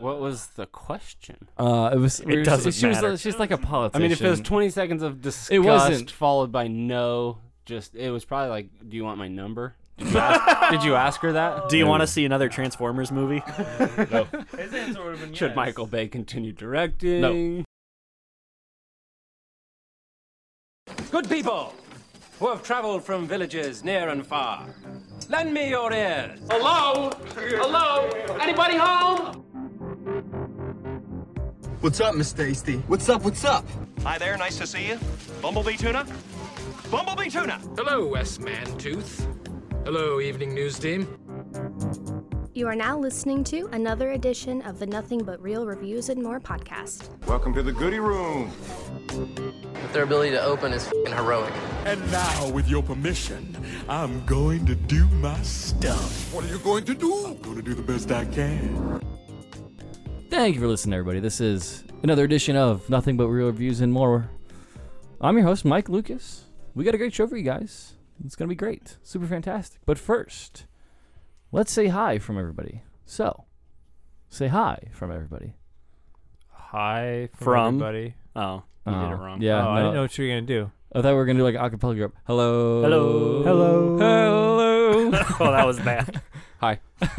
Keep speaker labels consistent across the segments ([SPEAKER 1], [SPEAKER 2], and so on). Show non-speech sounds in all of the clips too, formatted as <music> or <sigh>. [SPEAKER 1] What was the question?
[SPEAKER 2] Uh, it was. we were-
[SPEAKER 3] doesn't
[SPEAKER 2] she was, uh,
[SPEAKER 3] matter.
[SPEAKER 2] She's like a
[SPEAKER 1] I
[SPEAKER 2] politician.
[SPEAKER 1] mean, if it was 20 seconds of disgust
[SPEAKER 2] wasn't-
[SPEAKER 1] followed by no, just it was probably like, "Do you want my number?" Did you ask, <laughs> did you ask her that?
[SPEAKER 3] Do you want to see another Transformers <laughs> movie?
[SPEAKER 4] His answer would have been yes.
[SPEAKER 1] Should Michael Bay continue directing?
[SPEAKER 5] Good people who have traveled from villages near and far, lend me your ears. Hello? Hello? Anybody home?
[SPEAKER 6] What's up, Miss Tasty? What's up? What's up?
[SPEAKER 7] Hi there, nice to see you. Bumblebee tuna? Bumblebee tuna!
[SPEAKER 8] Hello, West Mantooth. Hello, Evening News Team.
[SPEAKER 9] You are now listening to another edition of the Nothing But Real Reviews and More podcast.
[SPEAKER 7] Welcome to the Goody Room.
[SPEAKER 8] But their ability to open is fing heroic.
[SPEAKER 10] And now, with your permission, I'm going to do my stuff. What are you going to do? I'm going to do the best I can.
[SPEAKER 2] Thank you for listening, everybody. This is another edition of Nothing But Real Reviews and More. I'm your host, Mike Lucas. We got a great show for you guys. It's going to be great. Super fantastic. But first, let's say hi from everybody. So, say hi from everybody.
[SPEAKER 4] Hi from,
[SPEAKER 3] From?
[SPEAKER 4] everybody.
[SPEAKER 3] Oh,
[SPEAKER 2] You
[SPEAKER 1] did it wrong.
[SPEAKER 2] Uh, Yeah.
[SPEAKER 4] oh, I
[SPEAKER 2] no.
[SPEAKER 4] didn't know what you were gonna do.
[SPEAKER 2] I thought we were going to do like an acapella group. Hello.
[SPEAKER 3] Hello. Hello.
[SPEAKER 2] Hello.
[SPEAKER 3] <laughs> oh, that was bad.
[SPEAKER 2] Hi. <laughs>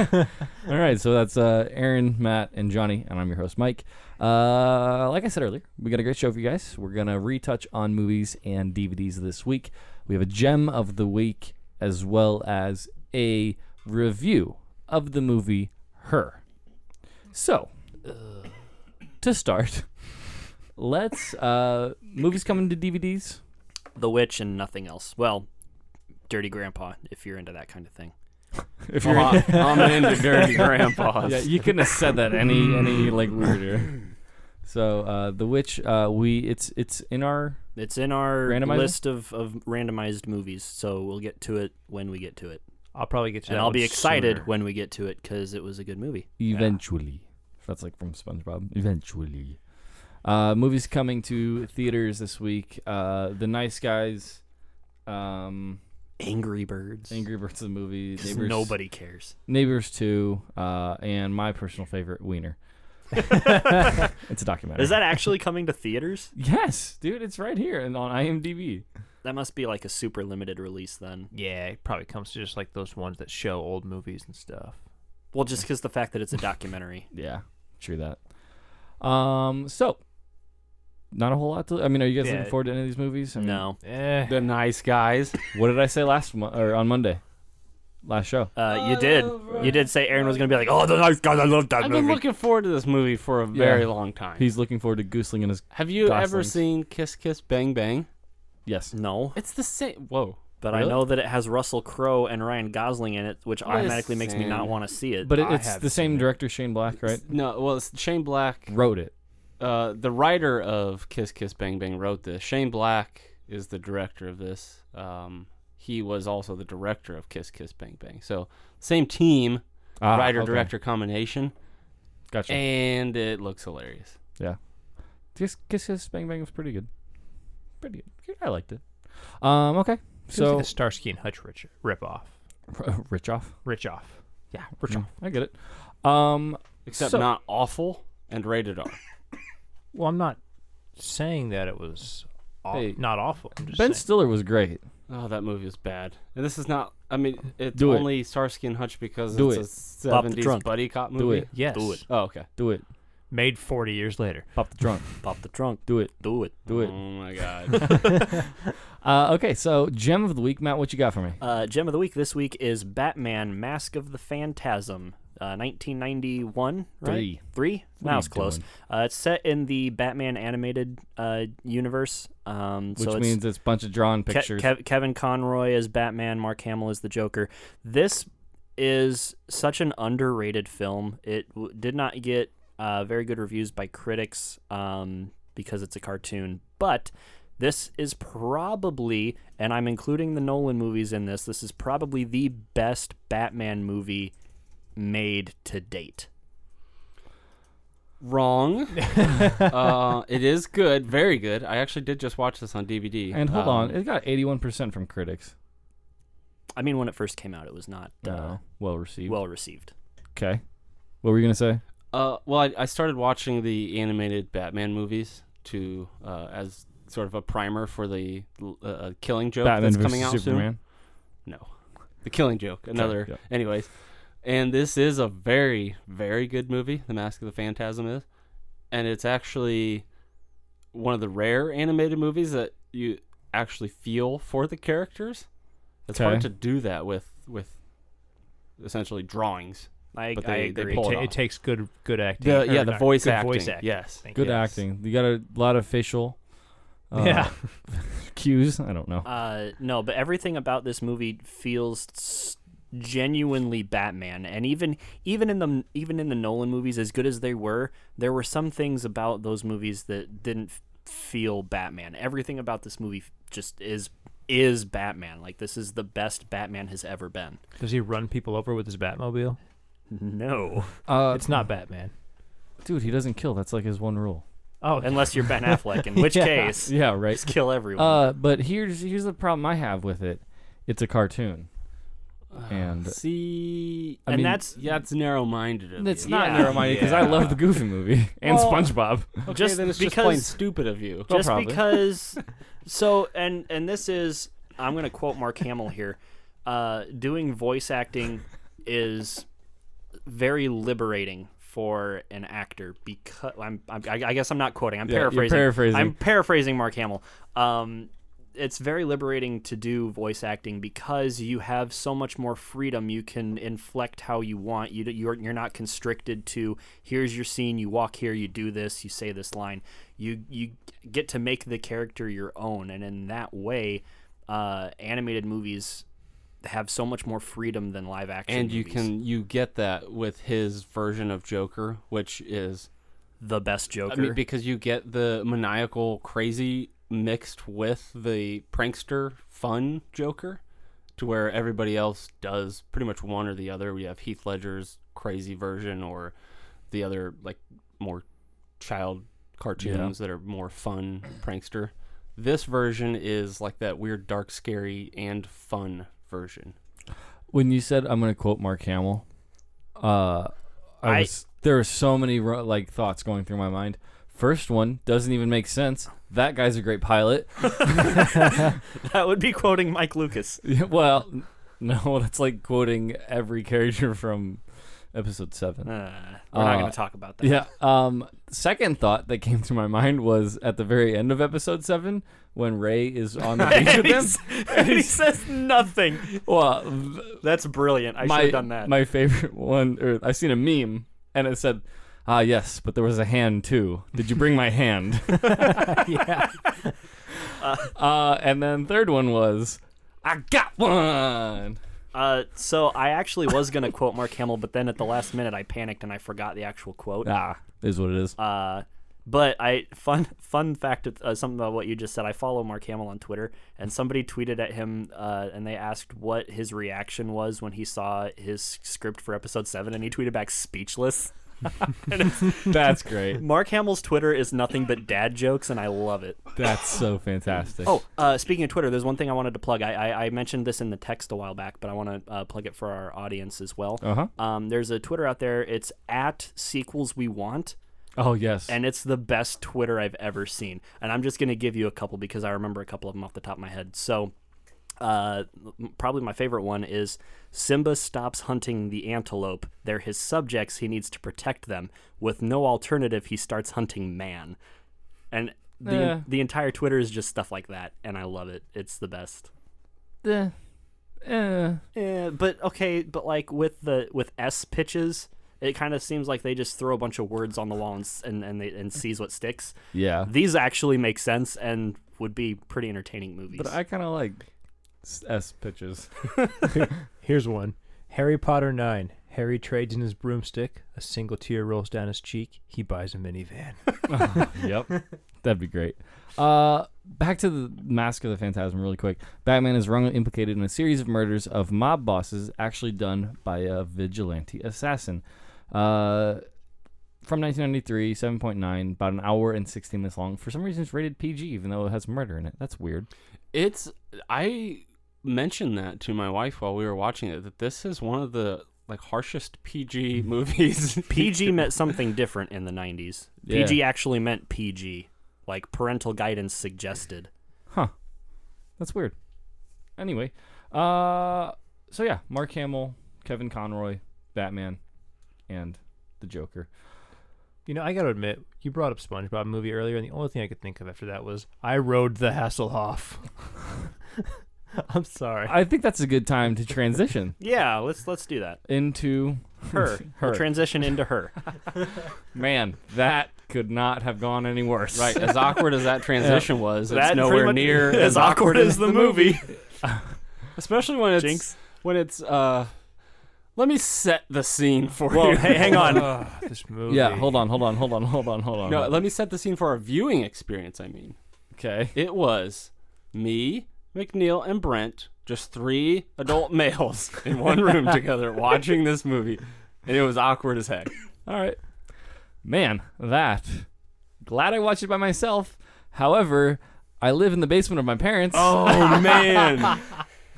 [SPEAKER 2] All right, so that's uh, Aaron, Matt, and Johnny, and I'm your host, Mike. Uh, like I said earlier, we got a great show for you guys. We're gonna retouch on movies and DVDs this week. We have a gem of the week as well as a review of the movie Her. So, uh, to start, <laughs> let's uh, movies coming to DVDs.
[SPEAKER 3] <laughs> the Witch and nothing else. Well, Dirty Grandpa, if you're into that kind of <laughs> thing.
[SPEAKER 2] If
[SPEAKER 1] I'm,
[SPEAKER 2] <laughs>
[SPEAKER 1] I'm into dirty
[SPEAKER 3] <laughs>
[SPEAKER 1] grandpas.
[SPEAKER 2] yeah, you couldn't have said that any any like weirder. So uh, the witch, uh, we it's it's in our
[SPEAKER 3] It's in our
[SPEAKER 2] Randomizer?
[SPEAKER 3] list of, of randomized movies, so we'll get to it when we get to it.
[SPEAKER 4] I'll probably get you.
[SPEAKER 3] And
[SPEAKER 4] that
[SPEAKER 3] I'll be
[SPEAKER 4] one
[SPEAKER 3] excited
[SPEAKER 4] sooner.
[SPEAKER 3] when we get to it because it was a good movie.
[SPEAKER 2] eventually. That's like from SpongeBob. Eventually, uh, movies coming to theaters this week. Uh, the Nice Guys, um,
[SPEAKER 3] Angry Birds. <laughs>
[SPEAKER 2] Angry Birds the movie,
[SPEAKER 3] 'Cause
[SPEAKER 2] Neighbors,
[SPEAKER 3] Nobody
[SPEAKER 4] <laughs>
[SPEAKER 3] cares.
[SPEAKER 2] Neighbors Two, uh, and my personal favorite,
[SPEAKER 3] <laughs>
[SPEAKER 2] Wiener. it's a documentary.
[SPEAKER 3] Is that actually coming to theaters?
[SPEAKER 2] yes, dude? It's right here and on IMDb.
[SPEAKER 3] That must be like a super limited release then.
[SPEAKER 4] Yeah, it probably comes to just like those ones that show old movies and stuff.
[SPEAKER 3] Well, just because the fact that it's a
[SPEAKER 4] <laughs>
[SPEAKER 3] documentary.
[SPEAKER 2] Yeah, true that. Um, so not a whole lot to. I mean, are you guys
[SPEAKER 4] Yeah.
[SPEAKER 2] looking forward to any of these movies? I mean,
[SPEAKER 3] no.
[SPEAKER 4] Eh.
[SPEAKER 1] the nice guys.
[SPEAKER 2] What did I say last mo- or on Monday? Last show.
[SPEAKER 3] Uh, you did. You did say Aaron was going to be like, oh, the nice guys, I love that
[SPEAKER 1] Oh, I've
[SPEAKER 3] movie.
[SPEAKER 1] been looking forward to this movie for a very long time.
[SPEAKER 2] He's looking forward to Goosling and his.
[SPEAKER 1] Have you ever
[SPEAKER 2] Goslings.
[SPEAKER 1] seen Kiss Kiss Bang Bang?
[SPEAKER 2] Yes.
[SPEAKER 3] no.
[SPEAKER 1] It's the same. Whoa.
[SPEAKER 3] But I
[SPEAKER 2] Really?
[SPEAKER 3] know that it has Russell Crowe and Ryan Gosling in it, which automatically makes me not
[SPEAKER 1] Listen.
[SPEAKER 3] want to see it.
[SPEAKER 2] But it,
[SPEAKER 4] I
[SPEAKER 2] it's
[SPEAKER 4] have
[SPEAKER 2] the same
[SPEAKER 4] seen it.
[SPEAKER 2] director, Shane Black, right?
[SPEAKER 1] No, well, it's Shane Black.
[SPEAKER 2] Wrote it.
[SPEAKER 1] Uh, the writer of Kiss Kiss Bang Bang wrote this. Shane Black is the director of this. Um, he was also the director of Kiss Kiss Bang Bang. So same team,
[SPEAKER 2] Ah,
[SPEAKER 1] writer
[SPEAKER 2] okay.
[SPEAKER 1] director combination,
[SPEAKER 2] Gotcha.
[SPEAKER 1] and it looks hilarious.
[SPEAKER 2] Kiss, Kiss Kiss Bang Bang was pretty good. Pretty good. I liked it. Um. Okay.
[SPEAKER 4] Seems
[SPEAKER 2] So
[SPEAKER 4] like a Starsky and Hutch rich rip off.
[SPEAKER 2] <laughs> rich off.
[SPEAKER 4] Rich off. Yeah, rich off.
[SPEAKER 2] I get it. Um.
[SPEAKER 1] Except
[SPEAKER 2] So-
[SPEAKER 1] not awful and rated R.
[SPEAKER 4] Well, I'm not saying that it was aw-
[SPEAKER 2] Hey,
[SPEAKER 4] not awful. I'm just
[SPEAKER 2] Ben
[SPEAKER 4] saying.
[SPEAKER 2] Stiller was great.
[SPEAKER 1] Oh, that movie was bad. And this is not. I mean, it's
[SPEAKER 2] Do it.
[SPEAKER 1] only Starsky and Hutch because
[SPEAKER 2] Do
[SPEAKER 1] it's
[SPEAKER 2] it.
[SPEAKER 1] a
[SPEAKER 3] Bop the
[SPEAKER 1] seventies
[SPEAKER 3] trunk.
[SPEAKER 1] buddy cop movie.
[SPEAKER 2] Do it.
[SPEAKER 4] yes,
[SPEAKER 3] Do it.
[SPEAKER 1] Oh, okay.
[SPEAKER 2] Do it.
[SPEAKER 4] made 40 years later.
[SPEAKER 2] Pop the trunk.
[SPEAKER 3] Pop the trunk.
[SPEAKER 2] Do it.
[SPEAKER 3] Do it.
[SPEAKER 2] Do it.
[SPEAKER 1] Oh my god.
[SPEAKER 2] Uh, okay, so gem of the week, Matt. What you got for me?
[SPEAKER 3] Uh, gem of the week this week is Batman: Mask of the Phantasm, uh, 1991. Right?
[SPEAKER 2] Three.
[SPEAKER 3] Three.
[SPEAKER 2] are
[SPEAKER 3] That was
[SPEAKER 2] you
[SPEAKER 3] close.
[SPEAKER 2] doing?
[SPEAKER 3] Uh, it's set in the Batman animated uh, universe. Um,
[SPEAKER 2] Which
[SPEAKER 3] so it's-
[SPEAKER 2] means it's a bunch of drawn
[SPEAKER 3] Ke-
[SPEAKER 2] pictures.
[SPEAKER 3] Kev- Kevin Conroy as Batman, Mark Hamill as the Joker. This is such an underrated film. It w- did not get uh, very good reviews by critics um, because it's a cartoon, but this is probably, and I'm including the Nolan movies in this, this is probably the best Batman movie made to date.
[SPEAKER 2] <laughs>
[SPEAKER 1] Wrong. uh, it is good, very good. I actually did just watch this on DVD.
[SPEAKER 2] and hold
[SPEAKER 1] Um,
[SPEAKER 2] on, it got 81% from critics.
[SPEAKER 3] I mean, when it first came out, it was not uh,
[SPEAKER 2] well received.
[SPEAKER 3] well received.
[SPEAKER 2] okay. What were you gonna say?
[SPEAKER 1] Uh, well, I, I started watching the animated Batman movies to uh, as sort of a primer for the uh, uh, Killing Joke
[SPEAKER 2] Batman
[SPEAKER 1] that's coming out
[SPEAKER 2] versus Superman.
[SPEAKER 1] soon. No, the Killing Joke. Another,
[SPEAKER 2] yeah.
[SPEAKER 1] anyways. And this is a very, very good movie. The Mask of the Phantasm is, and it's actually one of the rare animated movies that you actually feel for the characters. It's hard
[SPEAKER 2] Okay.
[SPEAKER 1] to do that with with essentially drawings.
[SPEAKER 3] I,
[SPEAKER 1] But
[SPEAKER 3] I
[SPEAKER 1] they- they
[SPEAKER 3] agree.
[SPEAKER 1] pull
[SPEAKER 4] It,
[SPEAKER 1] it
[SPEAKER 4] ta-
[SPEAKER 1] off.
[SPEAKER 4] it takes good good acting.
[SPEAKER 1] The,
[SPEAKER 4] or
[SPEAKER 1] yeah, the
[SPEAKER 4] not-
[SPEAKER 1] voice
[SPEAKER 4] good
[SPEAKER 1] acting.
[SPEAKER 4] voice acting.
[SPEAKER 1] Yes.
[SPEAKER 4] Thank
[SPEAKER 2] Good
[SPEAKER 4] you. <laughs>
[SPEAKER 2] acting. You got a lot of facial. Uh,
[SPEAKER 4] Yeah.
[SPEAKER 2] cues. I don't know.
[SPEAKER 3] Uh, no, but everything about this movie feels s- genuinely Batman, and even even in the even in the Nolan movies, as good as they were, there were some things about those movies that didn't f- feel Batman. Everything about this movie f- just is is Batman. Like this is the best Batman has ever been.
[SPEAKER 4] Does he run people over with his Batmobile?
[SPEAKER 3] No,
[SPEAKER 2] Uh,
[SPEAKER 4] It's not Batman.
[SPEAKER 2] dude, he doesn't kill. That's like his one rule.
[SPEAKER 4] Oh,
[SPEAKER 3] unless
[SPEAKER 2] <laughs>
[SPEAKER 3] you're Ben Affleck, in which
[SPEAKER 4] Yeah.
[SPEAKER 3] case
[SPEAKER 2] Yeah, right.
[SPEAKER 3] just kill everyone.
[SPEAKER 2] Uh, but here's here's the problem I have with it. It's a cartoon, and
[SPEAKER 1] See,
[SPEAKER 2] I
[SPEAKER 3] and
[SPEAKER 2] mean,
[SPEAKER 3] that's
[SPEAKER 1] yeah, it's narrow-minded. Of
[SPEAKER 2] it's
[SPEAKER 1] you.
[SPEAKER 2] not
[SPEAKER 3] yeah.
[SPEAKER 2] narrow-minded because I love the Goofy movie and
[SPEAKER 1] Well,
[SPEAKER 2] SpongeBob.
[SPEAKER 1] <laughs> Okay,
[SPEAKER 3] Just
[SPEAKER 1] then it's just
[SPEAKER 3] because-
[SPEAKER 1] plain stupid of you.
[SPEAKER 3] just
[SPEAKER 2] probably.
[SPEAKER 3] because so and and this is i'm going to quote mark hamill here uh, doing voice acting is very liberating for an actor because I'm, I'm I I guess I'm not quoting I'm
[SPEAKER 2] Yeah, you're
[SPEAKER 3] paraphrasing.
[SPEAKER 2] paraphrasing.
[SPEAKER 3] I'm paraphrasing Mark Hamill. Um, it's very liberating to do voice acting because you have so much more freedom. You can inflect how you want. You d- you're you're not constricted to here's your scene. You walk here. You do this. You say this line. You you get to make the character your own, and in that way, uh, animated movies have so much more freedom than live action.
[SPEAKER 1] and you
[SPEAKER 3] movies.
[SPEAKER 1] can you get that with his version of Joker, which is
[SPEAKER 3] the best Joker.
[SPEAKER 1] I mean because you get the maniacal crazy mixed with the prankster fun Joker, to where everybody else does pretty much one or the other. We have Heath Ledger's crazy version or the other like more child cartoons that are more fun prankster. This version is like that weird, dark, scary, and fun version.
[SPEAKER 2] when you said I'm going to quote Mark Hamill, uh, I,
[SPEAKER 3] I-
[SPEAKER 2] was, there were so many ro- like thoughts going through my mind. First one doesn't even make sense. That guy's a great pilot. <laughs>
[SPEAKER 3] that would be quoting Mike Lucas.
[SPEAKER 2] Yeah, well, n- <laughs> no, that's like quoting every character <laughs> from episode seven.
[SPEAKER 3] we're not
[SPEAKER 2] Uh,
[SPEAKER 3] going to talk about that. <laughs>
[SPEAKER 2] Yeah. Um. Second thought that came to my mind was at the very end of episode seven when Ray is on the beach with them.
[SPEAKER 3] <laughs> and he says nothing.
[SPEAKER 2] Well, th-
[SPEAKER 3] That's brilliant. I should
[SPEAKER 2] my
[SPEAKER 3] have done that.
[SPEAKER 2] my favorite one. Or I seen a meme and it said, "Ah, yes, but there was a hand too. Did you bring my
[SPEAKER 3] <laughs>
[SPEAKER 2] hand?" <laughs>
[SPEAKER 4] yeah.
[SPEAKER 2] Uh, and then third one was, "I got one."
[SPEAKER 3] uh, so I actually was going to quote Mark Hamill, but then at the last minute I panicked and I forgot the actual quote.
[SPEAKER 2] Ah, is what it is.
[SPEAKER 3] Uh, but I fun fun fact uh, something about what you just said. I follow Mark Hamill on Twitter, and somebody tweeted at him, uh, and they asked what his reaction was when he saw his script for episode seven, and he tweeted back speechless. and it's,
[SPEAKER 2] <laughs> That's great.
[SPEAKER 3] Mark Hamill's Twitter is nothing but dad jokes, and I love it.
[SPEAKER 2] That's so fantastic.
[SPEAKER 3] Oh, uh, speaking of Twitter, there's one thing I wanted to plug. I, I, I mentioned this in the text a while back, but I want to uh, plug it for our audience as well.
[SPEAKER 2] Uh-huh.
[SPEAKER 3] Um, there's a Twitter out there. It's at sequels we want,
[SPEAKER 2] Oh yes.
[SPEAKER 3] and it's the best Twitter I've ever seen. And I'm just going to give you a couple because I remember a couple of them off the top of my head. So, uh, m- probably my favorite one is Simba stops hunting the antelope. They're his subjects. He needs to protect them. With no alternative, he starts hunting man. And the
[SPEAKER 2] Yeah.
[SPEAKER 3] the entire Twitter is just stuff like that, and I love it. It's the best.
[SPEAKER 2] Eh. Eh.
[SPEAKER 3] Yeah, but okay, but like with the with S pitches, it kind of seems like they just throw a bunch of words on the wall and s- and and, they, and sees what sticks.
[SPEAKER 2] Yeah.
[SPEAKER 3] These actually make sense and would be pretty entertaining movies.
[SPEAKER 2] But I kind of like s- S pitches.
[SPEAKER 4] Here's one. Harry Potter 9. Harry trades in his broomstick. A single tear rolls down his cheek. He buys a <laughs> minivan.
[SPEAKER 2] yep. That'd be great. Uh, back to the Mask of the Phantasm, really quick. Batman is wrongly implicated in a series of murders of mob bosses, actually done by a vigilante assassin. Uh, from 1993, 7.9, about an hour and 16 minutes long. For some reason, it's rated PG, even though it has murder in it. That's weird.
[SPEAKER 1] It's I mentioned that to my wife while we were watching it that this is one of the like harshest PG
[SPEAKER 3] Mm-hmm. <laughs>
[SPEAKER 1] movies.
[SPEAKER 3] PG meant something different in
[SPEAKER 1] <laughs>
[SPEAKER 3] the 90s.
[SPEAKER 2] Yeah.
[SPEAKER 3] PG actually meant PG, like parental guidance suggested.
[SPEAKER 2] Huh. That's weird. Anyway, uh, so yeah, Mark Hamill, Kevin Conroy, Batman, and the Joker.
[SPEAKER 4] You know, I gotta admit, you brought up SpongeBob movie earlier, and the only thing I could think of after that was I rode the Hasselhoff. <laughs> I'm sorry.
[SPEAKER 2] I think that's a good time to transition
[SPEAKER 3] Yeah, let's let's
[SPEAKER 1] <laughs>
[SPEAKER 3] do that.
[SPEAKER 2] into
[SPEAKER 3] Her.
[SPEAKER 2] Her.
[SPEAKER 3] We'll transition into her.
[SPEAKER 2] man. That could not have gone any worse.
[SPEAKER 1] Right, as awkward as that transition was, it's
[SPEAKER 3] That pretty
[SPEAKER 1] nowhere
[SPEAKER 3] much-
[SPEAKER 1] near
[SPEAKER 3] <laughs> as awkward as the movie.
[SPEAKER 1] Especially when it's <laughs>
[SPEAKER 3] <laughs> Jinx.
[SPEAKER 1] when it's uh let me set the scene for
[SPEAKER 3] Well,
[SPEAKER 1] you.
[SPEAKER 3] hey, hang <laughs> on.
[SPEAKER 4] Ugh, <laughs> this movie.
[SPEAKER 2] Yeah. Hold on. Hold on. Hold on. Hold on. Hold
[SPEAKER 1] <laughs>
[SPEAKER 2] on.
[SPEAKER 1] No, let me set the scene for our viewing experience, I mean.
[SPEAKER 2] okay.
[SPEAKER 1] It was me, McNeil, and Brent, just three adult males in one
[SPEAKER 3] <laughs>
[SPEAKER 1] room together watching this movie. And it was awkward as heck.
[SPEAKER 2] All right. Man, that. Glad I watched it by myself. However, I live in the basement of my parents.
[SPEAKER 1] Oh man.
[SPEAKER 2] <laughs>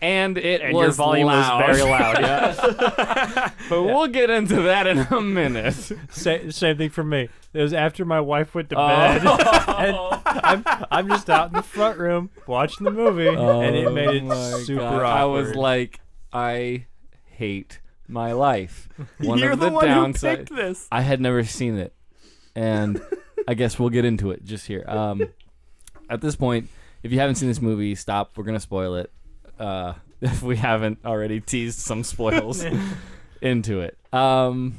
[SPEAKER 2] and it
[SPEAKER 3] And
[SPEAKER 2] was
[SPEAKER 3] your volume
[SPEAKER 2] loud.
[SPEAKER 3] was very loud. Yeah. <laughs>
[SPEAKER 2] but we'll get into that in a minute.
[SPEAKER 4] Sa- same thing for me. It was after my wife went to
[SPEAKER 2] Oh.
[SPEAKER 4] bed, <laughs>
[SPEAKER 2] <laughs>
[SPEAKER 4] and I'm, I'm just out in the front room watching the movie, and it made it super awkward.
[SPEAKER 2] Oh I was like, I hate my
[SPEAKER 3] <laughs>
[SPEAKER 2] life. One
[SPEAKER 3] You're
[SPEAKER 2] of
[SPEAKER 3] the,
[SPEAKER 2] the,
[SPEAKER 3] one
[SPEAKER 2] downside-
[SPEAKER 3] who picked this.
[SPEAKER 2] I had never seen it,
[SPEAKER 3] <laughs>
[SPEAKER 2] and I guess we'll get into it just here. Um, at this point, if you haven't seen this movie, stop. We're gonna spoil it. Uh, <laughs> if we haven't already teased some spoils <laughs> into it, um,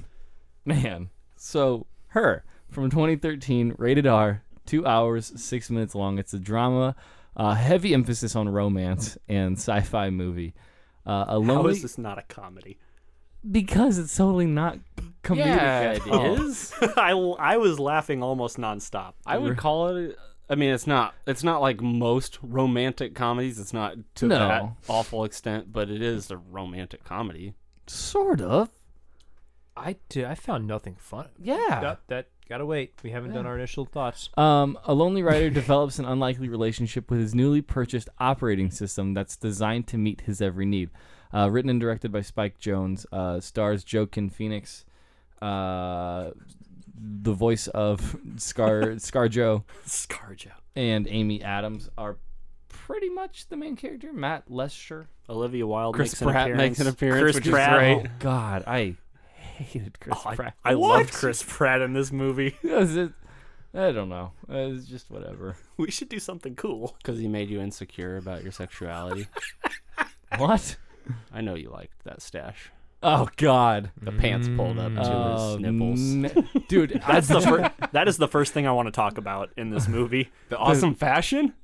[SPEAKER 2] man. So her from 2013, rated R, two hours six minutes long. It's a drama, uh, heavy emphasis on romance and sci-fi movie. Uh, a
[SPEAKER 3] How
[SPEAKER 2] lonely
[SPEAKER 3] is this not a comedy?
[SPEAKER 1] <laughs>
[SPEAKER 3] <laughs>
[SPEAKER 2] because it's totally not comedic.
[SPEAKER 1] Yeah,
[SPEAKER 2] at
[SPEAKER 1] it
[SPEAKER 2] all.
[SPEAKER 1] is.
[SPEAKER 3] I, I was laughing almost nonstop.
[SPEAKER 1] I would call it I mean it's not it's not like most romantic comedies. It's not to
[SPEAKER 2] No.
[SPEAKER 1] that awful extent, but it is a romantic comedy.
[SPEAKER 2] Sort of.
[SPEAKER 4] I did. I found nothing fun.
[SPEAKER 2] Yeah.
[SPEAKER 4] Nope, that gotta wait. We haven't done our initial thoughts.
[SPEAKER 2] Um, a lonely writer develops an unlikely relationship with his newly purchased operating system that's designed to meet his every need. Uh, written and directed by Spike Jones, uh, stars Joaquin Phoenix, uh, the voice of
[SPEAKER 3] <laughs>
[SPEAKER 2] Scar Scar Joe,
[SPEAKER 3] Scarjo.
[SPEAKER 2] and Amy Adams are pretty much the main character. Matt Lesher.
[SPEAKER 3] Olivia Wilde
[SPEAKER 1] Chris
[SPEAKER 3] makes
[SPEAKER 1] Pratt
[SPEAKER 3] an appearance.
[SPEAKER 1] makes an appearance,
[SPEAKER 3] Chris
[SPEAKER 1] which is
[SPEAKER 3] Pratt.
[SPEAKER 1] great.
[SPEAKER 2] Oh God, I <laughs> hated Chris
[SPEAKER 3] Oh, I,
[SPEAKER 2] Pratt.
[SPEAKER 3] I loved Chris Pratt in this movie. <laughs>
[SPEAKER 2] Is it- I don't know. It's just whatever.
[SPEAKER 3] We should do something cool.
[SPEAKER 1] Because he made you insecure about your
[SPEAKER 2] <laughs>
[SPEAKER 1] sexuality.
[SPEAKER 2] What?
[SPEAKER 1] I know you liked that stash.
[SPEAKER 2] Oh God.
[SPEAKER 1] The pants pulled up to
[SPEAKER 2] Oh,
[SPEAKER 1] his nipples.
[SPEAKER 2] n- <laughs> dude,
[SPEAKER 3] That's <laughs> the fir- that is the first thing I want to talk about in this movie.
[SPEAKER 1] the awesome fashion?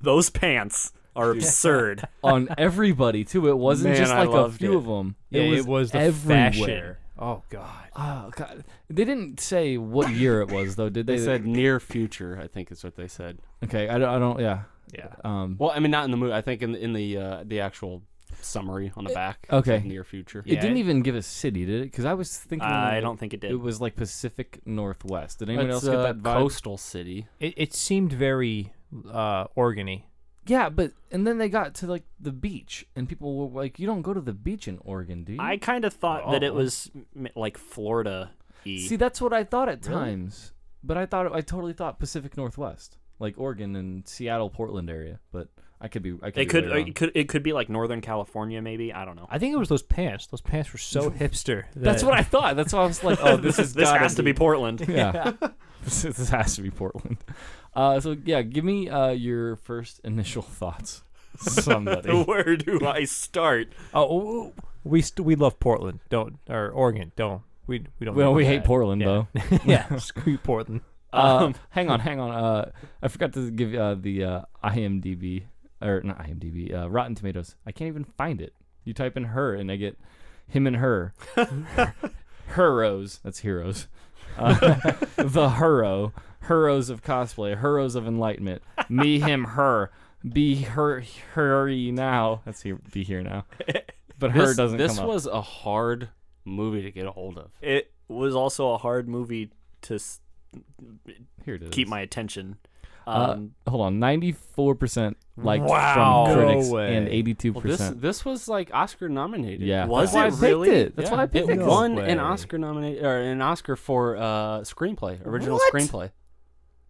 [SPEAKER 3] Those pants are <laughs> absurd.
[SPEAKER 2] on everybody too. It wasn't
[SPEAKER 1] Man,
[SPEAKER 2] just
[SPEAKER 1] I
[SPEAKER 2] like a
[SPEAKER 1] loved
[SPEAKER 2] few
[SPEAKER 1] it.
[SPEAKER 2] of them.
[SPEAKER 4] Yeah,
[SPEAKER 2] it was,
[SPEAKER 4] the
[SPEAKER 2] everywhere.
[SPEAKER 4] fashion. Oh God.
[SPEAKER 2] Oh god, they didn't say what year it was though, did they?
[SPEAKER 1] They said near future, I think is what they said.
[SPEAKER 2] okay. I don't. I don't. Yeah.
[SPEAKER 4] Yeah.
[SPEAKER 2] Um.
[SPEAKER 1] Well, I mean, not in the movie. I think in the, in the uh, the actual summary on the back. it
[SPEAKER 2] okay.
[SPEAKER 1] said Near future.
[SPEAKER 2] It didn't even give a city, did it? Because I was thinking.
[SPEAKER 3] Uh, I
[SPEAKER 2] it-
[SPEAKER 3] don't think it did.
[SPEAKER 2] It was like Pacific Northwest. Did anyone
[SPEAKER 1] It's
[SPEAKER 2] else get
[SPEAKER 1] a
[SPEAKER 2] that vibe?
[SPEAKER 1] coastal city.
[SPEAKER 4] It, it seemed very uh, organy.
[SPEAKER 2] Yeah, but and then they got to like the beach, and people were like, "You don't go to the beach in Oregon, do you?"
[SPEAKER 3] I kind of thought that it
[SPEAKER 2] Oh.
[SPEAKER 3] was m- like Florida.
[SPEAKER 2] See, that's what I thought at times, but I thought I totally thought Pacific Northwest, like Oregon and Seattle, Portland area. But I could be. I could. be
[SPEAKER 3] it could uh,
[SPEAKER 2] way wrong.
[SPEAKER 3] it could it could be like Northern California, maybe. I don't know.
[SPEAKER 4] I think it was those pants. Those pants were so hipster.
[SPEAKER 2] That's what I thought. That's why I was like, "Oh,
[SPEAKER 3] <laughs>
[SPEAKER 2] this is
[SPEAKER 3] this
[SPEAKER 2] gotta
[SPEAKER 3] has to be Portland.
[SPEAKER 2] <laughs> Yeah, this, this has to be Portland. Uh, so yeah, give me uh, your first initial <laughs> thoughts. Somebody.
[SPEAKER 3] Where do I start?
[SPEAKER 4] Oh, oh, oh, we st- we love Portland. Don't or Oregon. Don't we? We don't.
[SPEAKER 2] well,
[SPEAKER 4] love
[SPEAKER 2] we
[SPEAKER 4] that.
[SPEAKER 2] hate Portland
[SPEAKER 4] Yeah. <laughs>
[SPEAKER 2] though.
[SPEAKER 4] yeah. Screw Portland.
[SPEAKER 1] Um,
[SPEAKER 2] Uh, <laughs> hang on, hang on. Uh, I forgot to give uh, the uh, IMDb or not IMDb, uh, Rotten Tomatoes. I can't even find it. You type in her and I get him
[SPEAKER 1] <laughs>
[SPEAKER 2] and her. Heroes. That's heroes. Uh, <laughs> the hero. Heroes of cosplay. Heroes of enlightenment. Me, him, her. Be her, hurry now. That's here. Be here now. But her
[SPEAKER 1] this
[SPEAKER 2] doesn't
[SPEAKER 1] this
[SPEAKER 2] come up.
[SPEAKER 1] was a hard movie to get a hold of.
[SPEAKER 3] It was also a hard movie to s-
[SPEAKER 2] Here it is.
[SPEAKER 3] keep my attention. Um,
[SPEAKER 2] uh, hold on, ninety four percent liked
[SPEAKER 4] Wow.
[SPEAKER 2] from
[SPEAKER 4] No
[SPEAKER 2] critics
[SPEAKER 4] way.
[SPEAKER 2] and eighty two
[SPEAKER 1] Well, this
[SPEAKER 2] percent.
[SPEAKER 1] this was like Oscar nominated.
[SPEAKER 2] Yeah,
[SPEAKER 3] Was
[SPEAKER 2] That's
[SPEAKER 3] it
[SPEAKER 2] why I
[SPEAKER 3] really?
[SPEAKER 2] Picked it. That's
[SPEAKER 1] Yeah.
[SPEAKER 2] why I picked
[SPEAKER 1] it
[SPEAKER 2] it. 'cause-
[SPEAKER 1] won
[SPEAKER 4] way.
[SPEAKER 1] an Oscar nomination or an Oscar for uh, screenplay, original screenplay.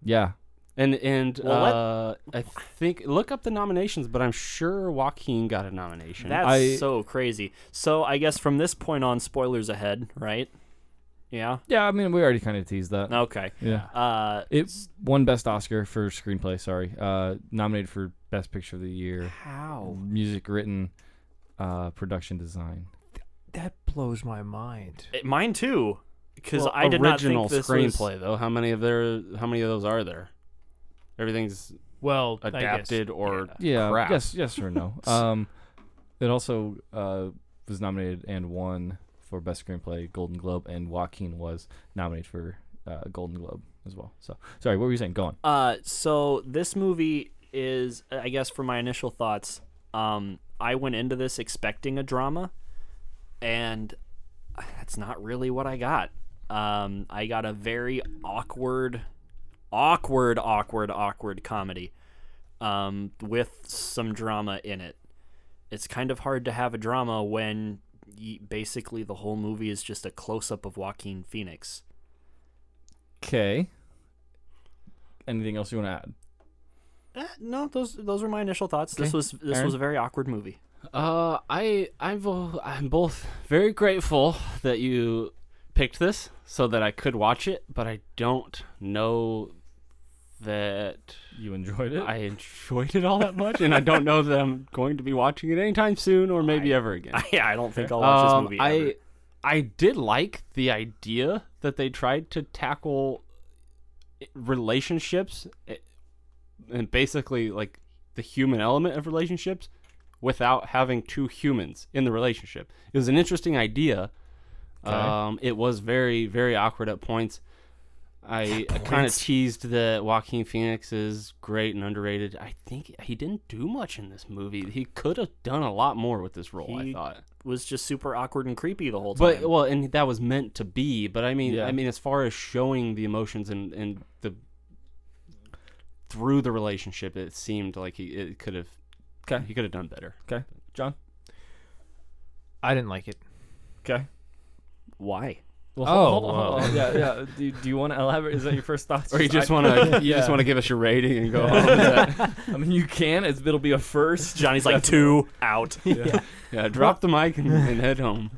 [SPEAKER 2] Yeah,
[SPEAKER 1] And and
[SPEAKER 3] Well, let-
[SPEAKER 1] uh, I think look up the nominations, but I'm sure Joaquin got a nomination.
[SPEAKER 3] That's
[SPEAKER 2] I-
[SPEAKER 3] so crazy. So I guess from this point on, spoilers ahead, right? Yeah.
[SPEAKER 2] yeah. I mean, we already kind of teased that.
[SPEAKER 3] Okay.
[SPEAKER 2] Yeah.
[SPEAKER 3] Uh,
[SPEAKER 2] It won Best Oscar for screenplay. Sorry, uh, nominated for Best Picture of the Year,
[SPEAKER 3] how?
[SPEAKER 2] music written, uh, production design.
[SPEAKER 4] That blows my mind.
[SPEAKER 3] It- mine too, because
[SPEAKER 1] Well,
[SPEAKER 3] I did not
[SPEAKER 1] original
[SPEAKER 3] think this was-
[SPEAKER 1] screenplay though. How many of their how many of those are there? Everything's
[SPEAKER 4] Well, I guess.
[SPEAKER 1] adapted or
[SPEAKER 2] Yeah,
[SPEAKER 1] crap.
[SPEAKER 2] yes, yes or <laughs> no. um, it also uh, was nominated and won for Best Screenplay, Golden Globe, and Joaquin was nominated for uh, Golden Globe as well. So sorry, what were you saying? Go on.
[SPEAKER 3] Uh, so this movie is, I guess, for my initial thoughts. Um, I went into this expecting a drama, and that's not really what I got. Um, I got a very awkward, awkward, awkward, awkward comedy, um, with some drama in it. It's kind of hard to have a drama when y- basically the whole movie is just a close up of Joaquin Phoenix.
[SPEAKER 2] Okay. Anything else you want to add?
[SPEAKER 3] Eh, no, those those were my initial thoughts. This
[SPEAKER 2] Okay.
[SPEAKER 3] was this
[SPEAKER 2] Aaron?
[SPEAKER 3] was a very awkward movie.
[SPEAKER 1] Uh, I I'm bo- I'm both very grateful that you picked this so that I could watch it, but I don't know that
[SPEAKER 2] You enjoyed it.
[SPEAKER 1] I enjoyed it all that much, and I don't know that I'm going to be watching it anytime soon or maybe ever again.
[SPEAKER 3] <laughs> Yeah, I don't think I'll watch
[SPEAKER 1] Um,
[SPEAKER 3] this movie.
[SPEAKER 1] I
[SPEAKER 3] ever.
[SPEAKER 1] I did like the idea that they tried to tackle i- relationships i- and basically like the human element of relationships without having two humans in the relationship. It was an interesting idea. Um, it was very very awkward at points. I, I kind of teased that Joaquin Phoenix is great and underrated. I think he didn't do much in this movie. He could have done a lot more with this role. I
[SPEAKER 3] He-
[SPEAKER 1] thought.
[SPEAKER 3] was just super awkward and creepy the whole time.
[SPEAKER 1] But well, and that was meant to be. But I mean, I mean, as far as showing the emotions and and the through the relationship, it seemed like he it could have.
[SPEAKER 2] 'Kay.
[SPEAKER 1] he could have done better.
[SPEAKER 2] okay, John.
[SPEAKER 4] I didn't like it.
[SPEAKER 2] Okay.
[SPEAKER 3] Why?
[SPEAKER 2] Well,
[SPEAKER 4] Oh,
[SPEAKER 2] hold- hold- hold-
[SPEAKER 4] wow.
[SPEAKER 2] hold- yeah, yeah. Do, do you want to elaborate? Is that your first thoughts?
[SPEAKER 1] Or you just want <laughs> to you just want to give us your rating and go home.
[SPEAKER 2] I mean, you can. It's, it'll be a first.
[SPEAKER 3] Johnny's like two out.
[SPEAKER 1] <laughs> Yeah, drop the mic and, and head home.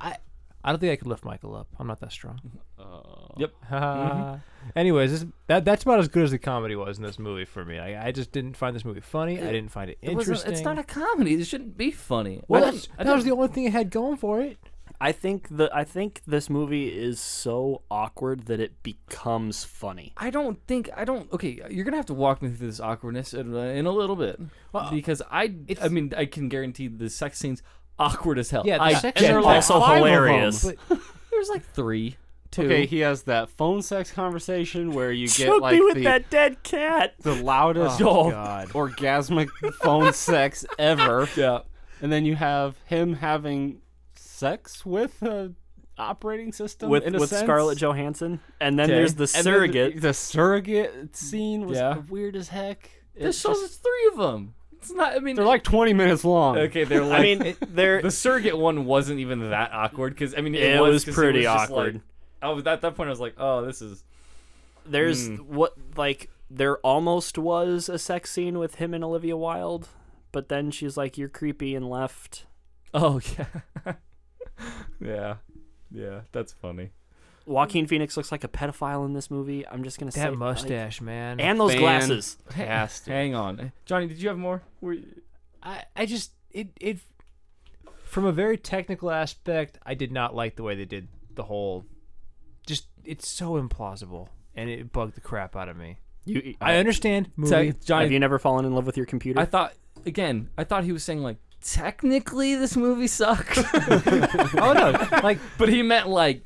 [SPEAKER 4] I don't think I could lift Michael up. I'm not that strong.
[SPEAKER 2] Yep.
[SPEAKER 4] <laughs> Anyways, this, that that's about as good as the comedy was in this movie for me. I, I just didn't find this movie funny. I didn't find it
[SPEAKER 2] It wasn't-
[SPEAKER 4] interesting.
[SPEAKER 2] it's not a comedy. It shouldn't be funny.
[SPEAKER 4] Well,
[SPEAKER 2] I
[SPEAKER 4] that's,
[SPEAKER 2] didn't- I
[SPEAKER 4] that was
[SPEAKER 2] didn't-
[SPEAKER 4] the only thing it had going for it.
[SPEAKER 3] I think the I think this movie is so awkward that it becomes funny.
[SPEAKER 2] I don't think I don't. Okay, you're gonna have to walk me through this awkwardness in, uh, in a little bit because I. I mean, I can guarantee the sex scenes awkward as hell.
[SPEAKER 4] Yeah, the
[SPEAKER 2] I
[SPEAKER 4] sex
[SPEAKER 2] get
[SPEAKER 4] scenes are
[SPEAKER 2] that.
[SPEAKER 3] also
[SPEAKER 1] five of 'em,
[SPEAKER 3] hilarious.
[SPEAKER 4] but-
[SPEAKER 2] There's like three, two.
[SPEAKER 1] Okay, he has that phone sex conversation where you get
[SPEAKER 3] Choke
[SPEAKER 1] like
[SPEAKER 3] me with
[SPEAKER 1] the,
[SPEAKER 3] that dead cat.
[SPEAKER 1] the loudest <laughs>
[SPEAKER 2] Oh,
[SPEAKER 1] orgasmic phone sex ever.
[SPEAKER 2] yeah.
[SPEAKER 1] And then you have him having sex with a operating system
[SPEAKER 3] With
[SPEAKER 1] in a
[SPEAKER 3] with
[SPEAKER 1] sense.
[SPEAKER 3] Scarlett Johansson, and then
[SPEAKER 2] Okay.
[SPEAKER 3] there's the
[SPEAKER 1] And then
[SPEAKER 3] surrogate.
[SPEAKER 1] The, the surrogate scene was
[SPEAKER 2] Yeah.
[SPEAKER 1] weird as heck.
[SPEAKER 2] This
[SPEAKER 1] It's
[SPEAKER 2] shows
[SPEAKER 1] just-
[SPEAKER 2] us three of them. It's not. I mean,
[SPEAKER 1] they're like 20 minutes long.
[SPEAKER 2] Okay, they're like.
[SPEAKER 3] I mean, there
[SPEAKER 2] the surrogate one wasn't even that awkward because I mean, it,
[SPEAKER 3] It was
[SPEAKER 2] 'cause
[SPEAKER 3] pretty
[SPEAKER 2] just like-
[SPEAKER 3] awkward.
[SPEAKER 2] I was at that point. I was like, oh, this is.
[SPEAKER 3] there's
[SPEAKER 1] mm.
[SPEAKER 3] what like there almost was a sex scene with him and Olivia Wilde, but then she's like, "You're creepy" and left.
[SPEAKER 2] <laughs> Oh yeah. <laughs> yeah, yeah. That's funny.
[SPEAKER 3] Joaquin Phoenix looks like a pedophile in this movie. I'm just gonna say
[SPEAKER 4] That
[SPEAKER 3] like-
[SPEAKER 4] mustache, man.
[SPEAKER 3] and those
[SPEAKER 1] Fan-
[SPEAKER 3] glasses.
[SPEAKER 1] Fantastic.
[SPEAKER 2] Hang on, Johnny. Did you have more? Were you-
[SPEAKER 4] I, I just it it from a very technical aspect, I did not like the way they did the whole. Just it's so implausible, and it bugged the crap out of me.
[SPEAKER 3] You,
[SPEAKER 4] I understand movie.
[SPEAKER 2] Te- Johnny,
[SPEAKER 3] have you never fallen in love with your computer?
[SPEAKER 2] I thought again. I thought he was saying like technically this movie <laughs> sucked,
[SPEAKER 4] oh no, like
[SPEAKER 2] <laughs> but he meant like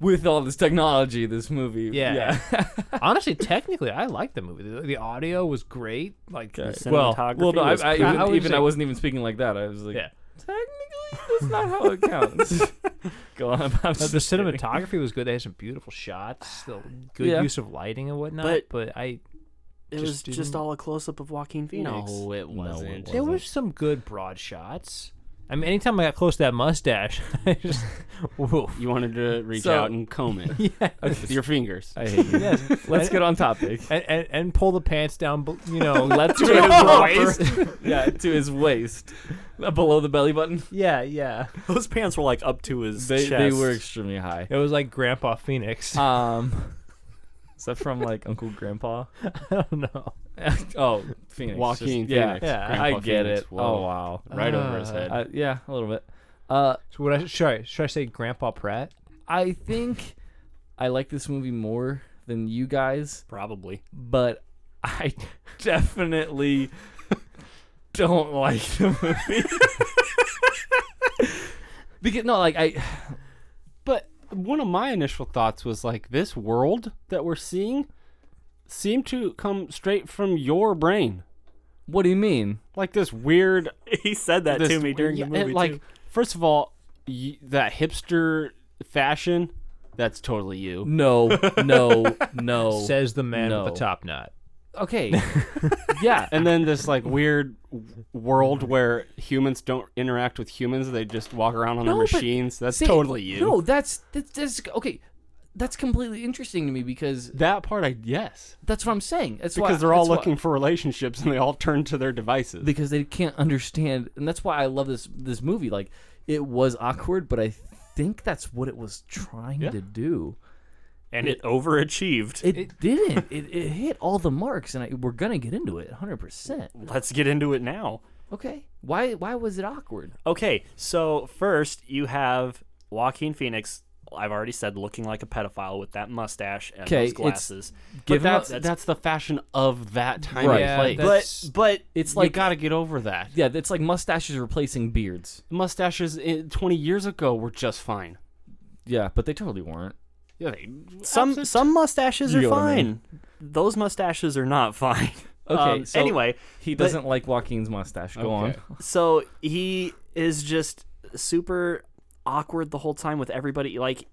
[SPEAKER 2] with all this technology, this movie.
[SPEAKER 4] Yeah. <laughs> honestly, technically, I liked the movie. The, the audio was great. Like uh,
[SPEAKER 3] The
[SPEAKER 4] well,
[SPEAKER 2] <laughs>
[SPEAKER 3] cinematography
[SPEAKER 2] well, no, I,
[SPEAKER 3] was
[SPEAKER 2] I,
[SPEAKER 3] pretty-
[SPEAKER 2] even,
[SPEAKER 4] I
[SPEAKER 2] I,
[SPEAKER 4] would
[SPEAKER 2] even I
[SPEAKER 4] say-
[SPEAKER 2] wasn't even speaking like that. I was like,
[SPEAKER 4] yeah.
[SPEAKER 2] technically, that's not how it <laughs> counts. Go on. I'm
[SPEAKER 4] Uh,
[SPEAKER 2] just
[SPEAKER 4] the
[SPEAKER 2] kidding.
[SPEAKER 4] cinematography was good. They had some beautiful shots, still good
[SPEAKER 2] Yeah.
[SPEAKER 4] use of lighting and whatnot. But,
[SPEAKER 3] But-
[SPEAKER 4] I
[SPEAKER 3] it was just all a close up of Joaquin Phoenix. <laughs>
[SPEAKER 1] No, it wasn't.
[SPEAKER 4] There were some good broad shots. I mean, anytime I got close to that mustache, <laughs> I just woof.
[SPEAKER 1] You wanted to reach
[SPEAKER 2] So-
[SPEAKER 1] out and comb it with your fingers.
[SPEAKER 2] I hate you. Let's get on topic.
[SPEAKER 4] And, and and pull the pants down, bel- you
[SPEAKER 2] <laughs>
[SPEAKER 4] know.
[SPEAKER 2] Let's
[SPEAKER 4] to his waist.
[SPEAKER 3] <laughs>
[SPEAKER 2] yeah, to his waist, Uh, below the belly button.
[SPEAKER 4] <laughs> yeah, yeah.
[SPEAKER 3] Those pants were like up to
[SPEAKER 2] <laughs>
[SPEAKER 3] his
[SPEAKER 2] They
[SPEAKER 3] chest.
[SPEAKER 2] they were extremely high.
[SPEAKER 4] It was like Grandpa Phoenix.
[SPEAKER 2] Um,
[SPEAKER 4] <laughs>
[SPEAKER 2] is that from like Uncle Grandpa?
[SPEAKER 4] I don't know.
[SPEAKER 2] <laughs> oh, Phoenix.
[SPEAKER 1] Joaquin
[SPEAKER 2] Just- yeah,
[SPEAKER 1] Phoenix,
[SPEAKER 4] yeah,
[SPEAKER 2] I
[SPEAKER 1] Grandpa
[SPEAKER 2] get
[SPEAKER 1] Phoenix,
[SPEAKER 2] it.
[SPEAKER 1] whoa.
[SPEAKER 2] Oh wow.
[SPEAKER 1] Right over his head.
[SPEAKER 2] Uh, yeah, a little bit. Uh,
[SPEAKER 4] So what I should I should I say Grandpa Pratt?
[SPEAKER 2] I think I like this movie more than you guys,
[SPEAKER 3] probably.
[SPEAKER 2] but I <laughs>
[SPEAKER 1] <laughs>
[SPEAKER 2] definitely don't like the movie. because no, like I.
[SPEAKER 1] But one of my initial thoughts was like, this world that we're seeing seemed to come straight from your brain.
[SPEAKER 2] What do you mean?
[SPEAKER 1] Like this weird.
[SPEAKER 3] <laughs> He said that
[SPEAKER 1] this
[SPEAKER 3] to me during
[SPEAKER 1] yeah,
[SPEAKER 3] the movie.
[SPEAKER 1] it, like,
[SPEAKER 3] too.
[SPEAKER 1] first of all, y- that hipster fashion, that's totally you.
[SPEAKER 2] No, no,
[SPEAKER 1] <laughs>
[SPEAKER 2] no.
[SPEAKER 4] Says the man with
[SPEAKER 2] no.
[SPEAKER 4] the top knot.
[SPEAKER 1] <laughs>
[SPEAKER 2] okay. yeah.
[SPEAKER 1] And then this like weird w- world where humans don't interact with humans; they just walk around on
[SPEAKER 2] No,
[SPEAKER 1] their
[SPEAKER 2] but-
[SPEAKER 1] machines. That's
[SPEAKER 2] See,
[SPEAKER 1] totally you.
[SPEAKER 2] No, that's, that's that's okay. That's completely interesting to me because
[SPEAKER 1] that part, I yes,
[SPEAKER 2] that's what I'm saying. That's why,
[SPEAKER 1] because they're all
[SPEAKER 2] that's why-
[SPEAKER 1] looking for relationships and they all turn to their devices.
[SPEAKER 2] because they can't understand, and that's why I love this this movie. Like it was awkward, but I think that's what it was trying to do.
[SPEAKER 3] and it overachieved.
[SPEAKER 2] It, didn't. It, it hit all the marks, and I, we're gonna get into it 100. percent
[SPEAKER 3] Let's get into it now.
[SPEAKER 2] Okay. Why why was it awkward?
[SPEAKER 3] Okay, so first you have Joaquin Phoenix. I've already said looking like a pedophile with that mustache and
[SPEAKER 2] Okay,
[SPEAKER 3] those
[SPEAKER 2] it's-
[SPEAKER 3] glasses.
[SPEAKER 1] But
[SPEAKER 2] Give him a-
[SPEAKER 1] that's, that's the fashion of that time
[SPEAKER 2] Right.
[SPEAKER 1] and
[SPEAKER 2] Yeah,
[SPEAKER 1] place.
[SPEAKER 4] that's-
[SPEAKER 3] But but
[SPEAKER 2] It's
[SPEAKER 1] you
[SPEAKER 2] like
[SPEAKER 1] gotta get over that.
[SPEAKER 2] yeah, it's like mustaches replacing beards.
[SPEAKER 1] Mustaches in, 20 years ago were just fine.
[SPEAKER 2] Yeah, but they totally weren't.
[SPEAKER 1] Yeah, they,
[SPEAKER 3] some
[SPEAKER 1] absolute-
[SPEAKER 3] some mustaches are
[SPEAKER 2] know what I
[SPEAKER 3] fine.
[SPEAKER 2] mean.
[SPEAKER 3] Those mustaches are not <laughs> fine.
[SPEAKER 2] Okay.
[SPEAKER 3] Um,
[SPEAKER 2] so
[SPEAKER 3] anyway,
[SPEAKER 2] he
[SPEAKER 3] but-
[SPEAKER 2] doesn't like Joaquin's mustache. Go
[SPEAKER 1] Okay.
[SPEAKER 2] on. <laughs>
[SPEAKER 3] so he is just super awkward the whole time with everybody. Like,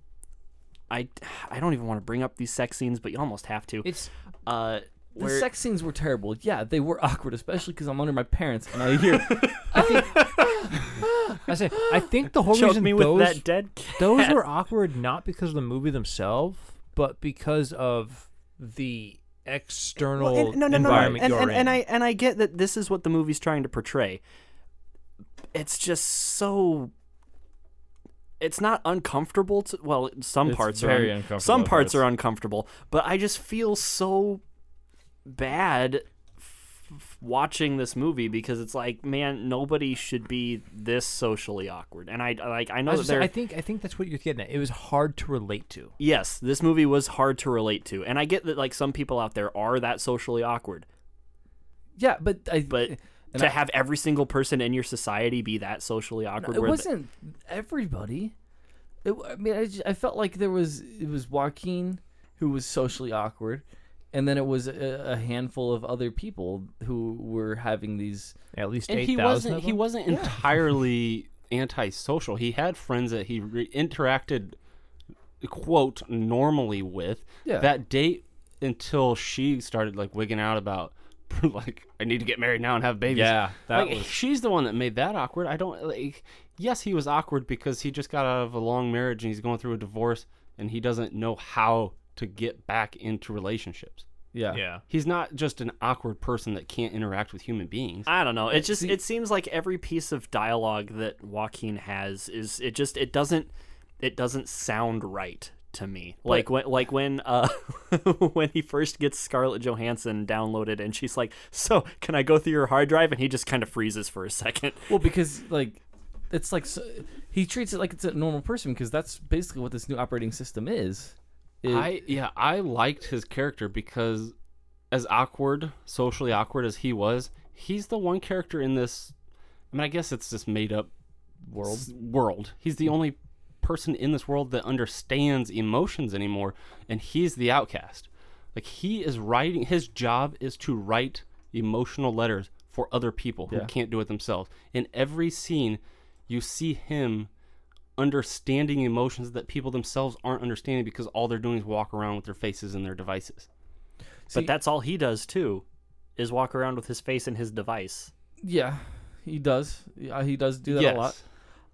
[SPEAKER 3] I I don't even want to bring up these sex scenes, but you almost have to.
[SPEAKER 4] It's
[SPEAKER 3] uh,
[SPEAKER 2] The
[SPEAKER 3] where-
[SPEAKER 2] sex scenes were terrible. Yeah, they were <laughs> awkward, especially because I'm under my parents and I hear. I think
[SPEAKER 4] I say I think <laughs> the whole
[SPEAKER 3] choke
[SPEAKER 4] reason
[SPEAKER 3] me with
[SPEAKER 4] those
[SPEAKER 3] that dead. <laughs>
[SPEAKER 4] those
[SPEAKER 3] cat.
[SPEAKER 4] were awkward not because of the movie themselves, but because of the external
[SPEAKER 3] Well, and- no, no, no, no.
[SPEAKER 4] environment
[SPEAKER 3] And,
[SPEAKER 4] you're
[SPEAKER 3] and,
[SPEAKER 4] in.
[SPEAKER 3] and I and I get that this is what the movie's trying to portray. It's just so. It's not uncomfortable. To, well, some
[SPEAKER 2] It's
[SPEAKER 3] parts
[SPEAKER 2] very
[SPEAKER 3] are un-
[SPEAKER 2] uncomfortable
[SPEAKER 3] Some
[SPEAKER 2] at
[SPEAKER 3] parts
[SPEAKER 2] first.
[SPEAKER 3] are uncomfortable, but I just feel so bad f- f- watching this movie because it's like, man, nobody should be this socially awkward. And I like, I
[SPEAKER 4] I,
[SPEAKER 3] know that
[SPEAKER 4] was just saying,
[SPEAKER 3] there.
[SPEAKER 4] I think I think that's what you're getting at. It was hard to relate to.
[SPEAKER 3] Yes, this movie was hard to relate to, and I get that like some people out there are that socially awkward.
[SPEAKER 2] yeah, but I,
[SPEAKER 3] but
[SPEAKER 2] Eh, and
[SPEAKER 3] to
[SPEAKER 2] I-
[SPEAKER 3] have every single person in your society be that socially awkward
[SPEAKER 2] it
[SPEAKER 3] where the-
[SPEAKER 2] wasn't everybody. It, w- I mean, I, ju- I felt like there was it was Joaquin who was socially awkward, and then it was a, a handful of other people who were having these.
[SPEAKER 4] At least
[SPEAKER 1] and he
[SPEAKER 4] 8,000
[SPEAKER 1] wasn't
[SPEAKER 4] of
[SPEAKER 1] he
[SPEAKER 4] them?
[SPEAKER 1] wasn't entirely antisocial. He had friends that he re- interacted quote normally with
[SPEAKER 2] Yeah.
[SPEAKER 1] that date until she started like wigging out about <laughs> like I need to get married now and have babies.
[SPEAKER 2] Yeah, that
[SPEAKER 1] Like,
[SPEAKER 2] was-
[SPEAKER 1] she's the one that made that awkward. I don't like. Yes, he was awkward because he just got out of a long marriage and he's going through a divorce and he doesn't know how to get back into relationships.
[SPEAKER 2] Yeah,
[SPEAKER 4] Yeah.
[SPEAKER 1] He's not just an awkward person that can't interact with human beings.
[SPEAKER 3] I don't know. It just it seems like every piece of dialogue that Joaquin has is it just it doesn't it doesn't sound right to me. Like when like when uh <laughs> when he first gets Scarlett Johansson downloaded and she's like, "So, can I go through your hard drive?" and he just kind of freezes for a second.
[SPEAKER 2] Well, because like it's like so, he treats it like it's a normal person because that's basically what this new operating system is. It-
[SPEAKER 1] I yeah, I liked his character because as awkward, socially awkward as he was, he's the one character in this I mean I guess it's this made up world. world. He's the only person in this world that understands emotions anymore and he's the outcast. Like he is writing his job is to write emotional letters for other people who can't do it themselves. In every scene you see him understanding emotions that people themselves aren't understanding because all they're doing is walk around with their faces and their devices.
[SPEAKER 3] but that's all he does too, is walk around with his face in his device.
[SPEAKER 2] Yeah, he does. Yeah, he does do that
[SPEAKER 1] Yes.
[SPEAKER 2] a lot.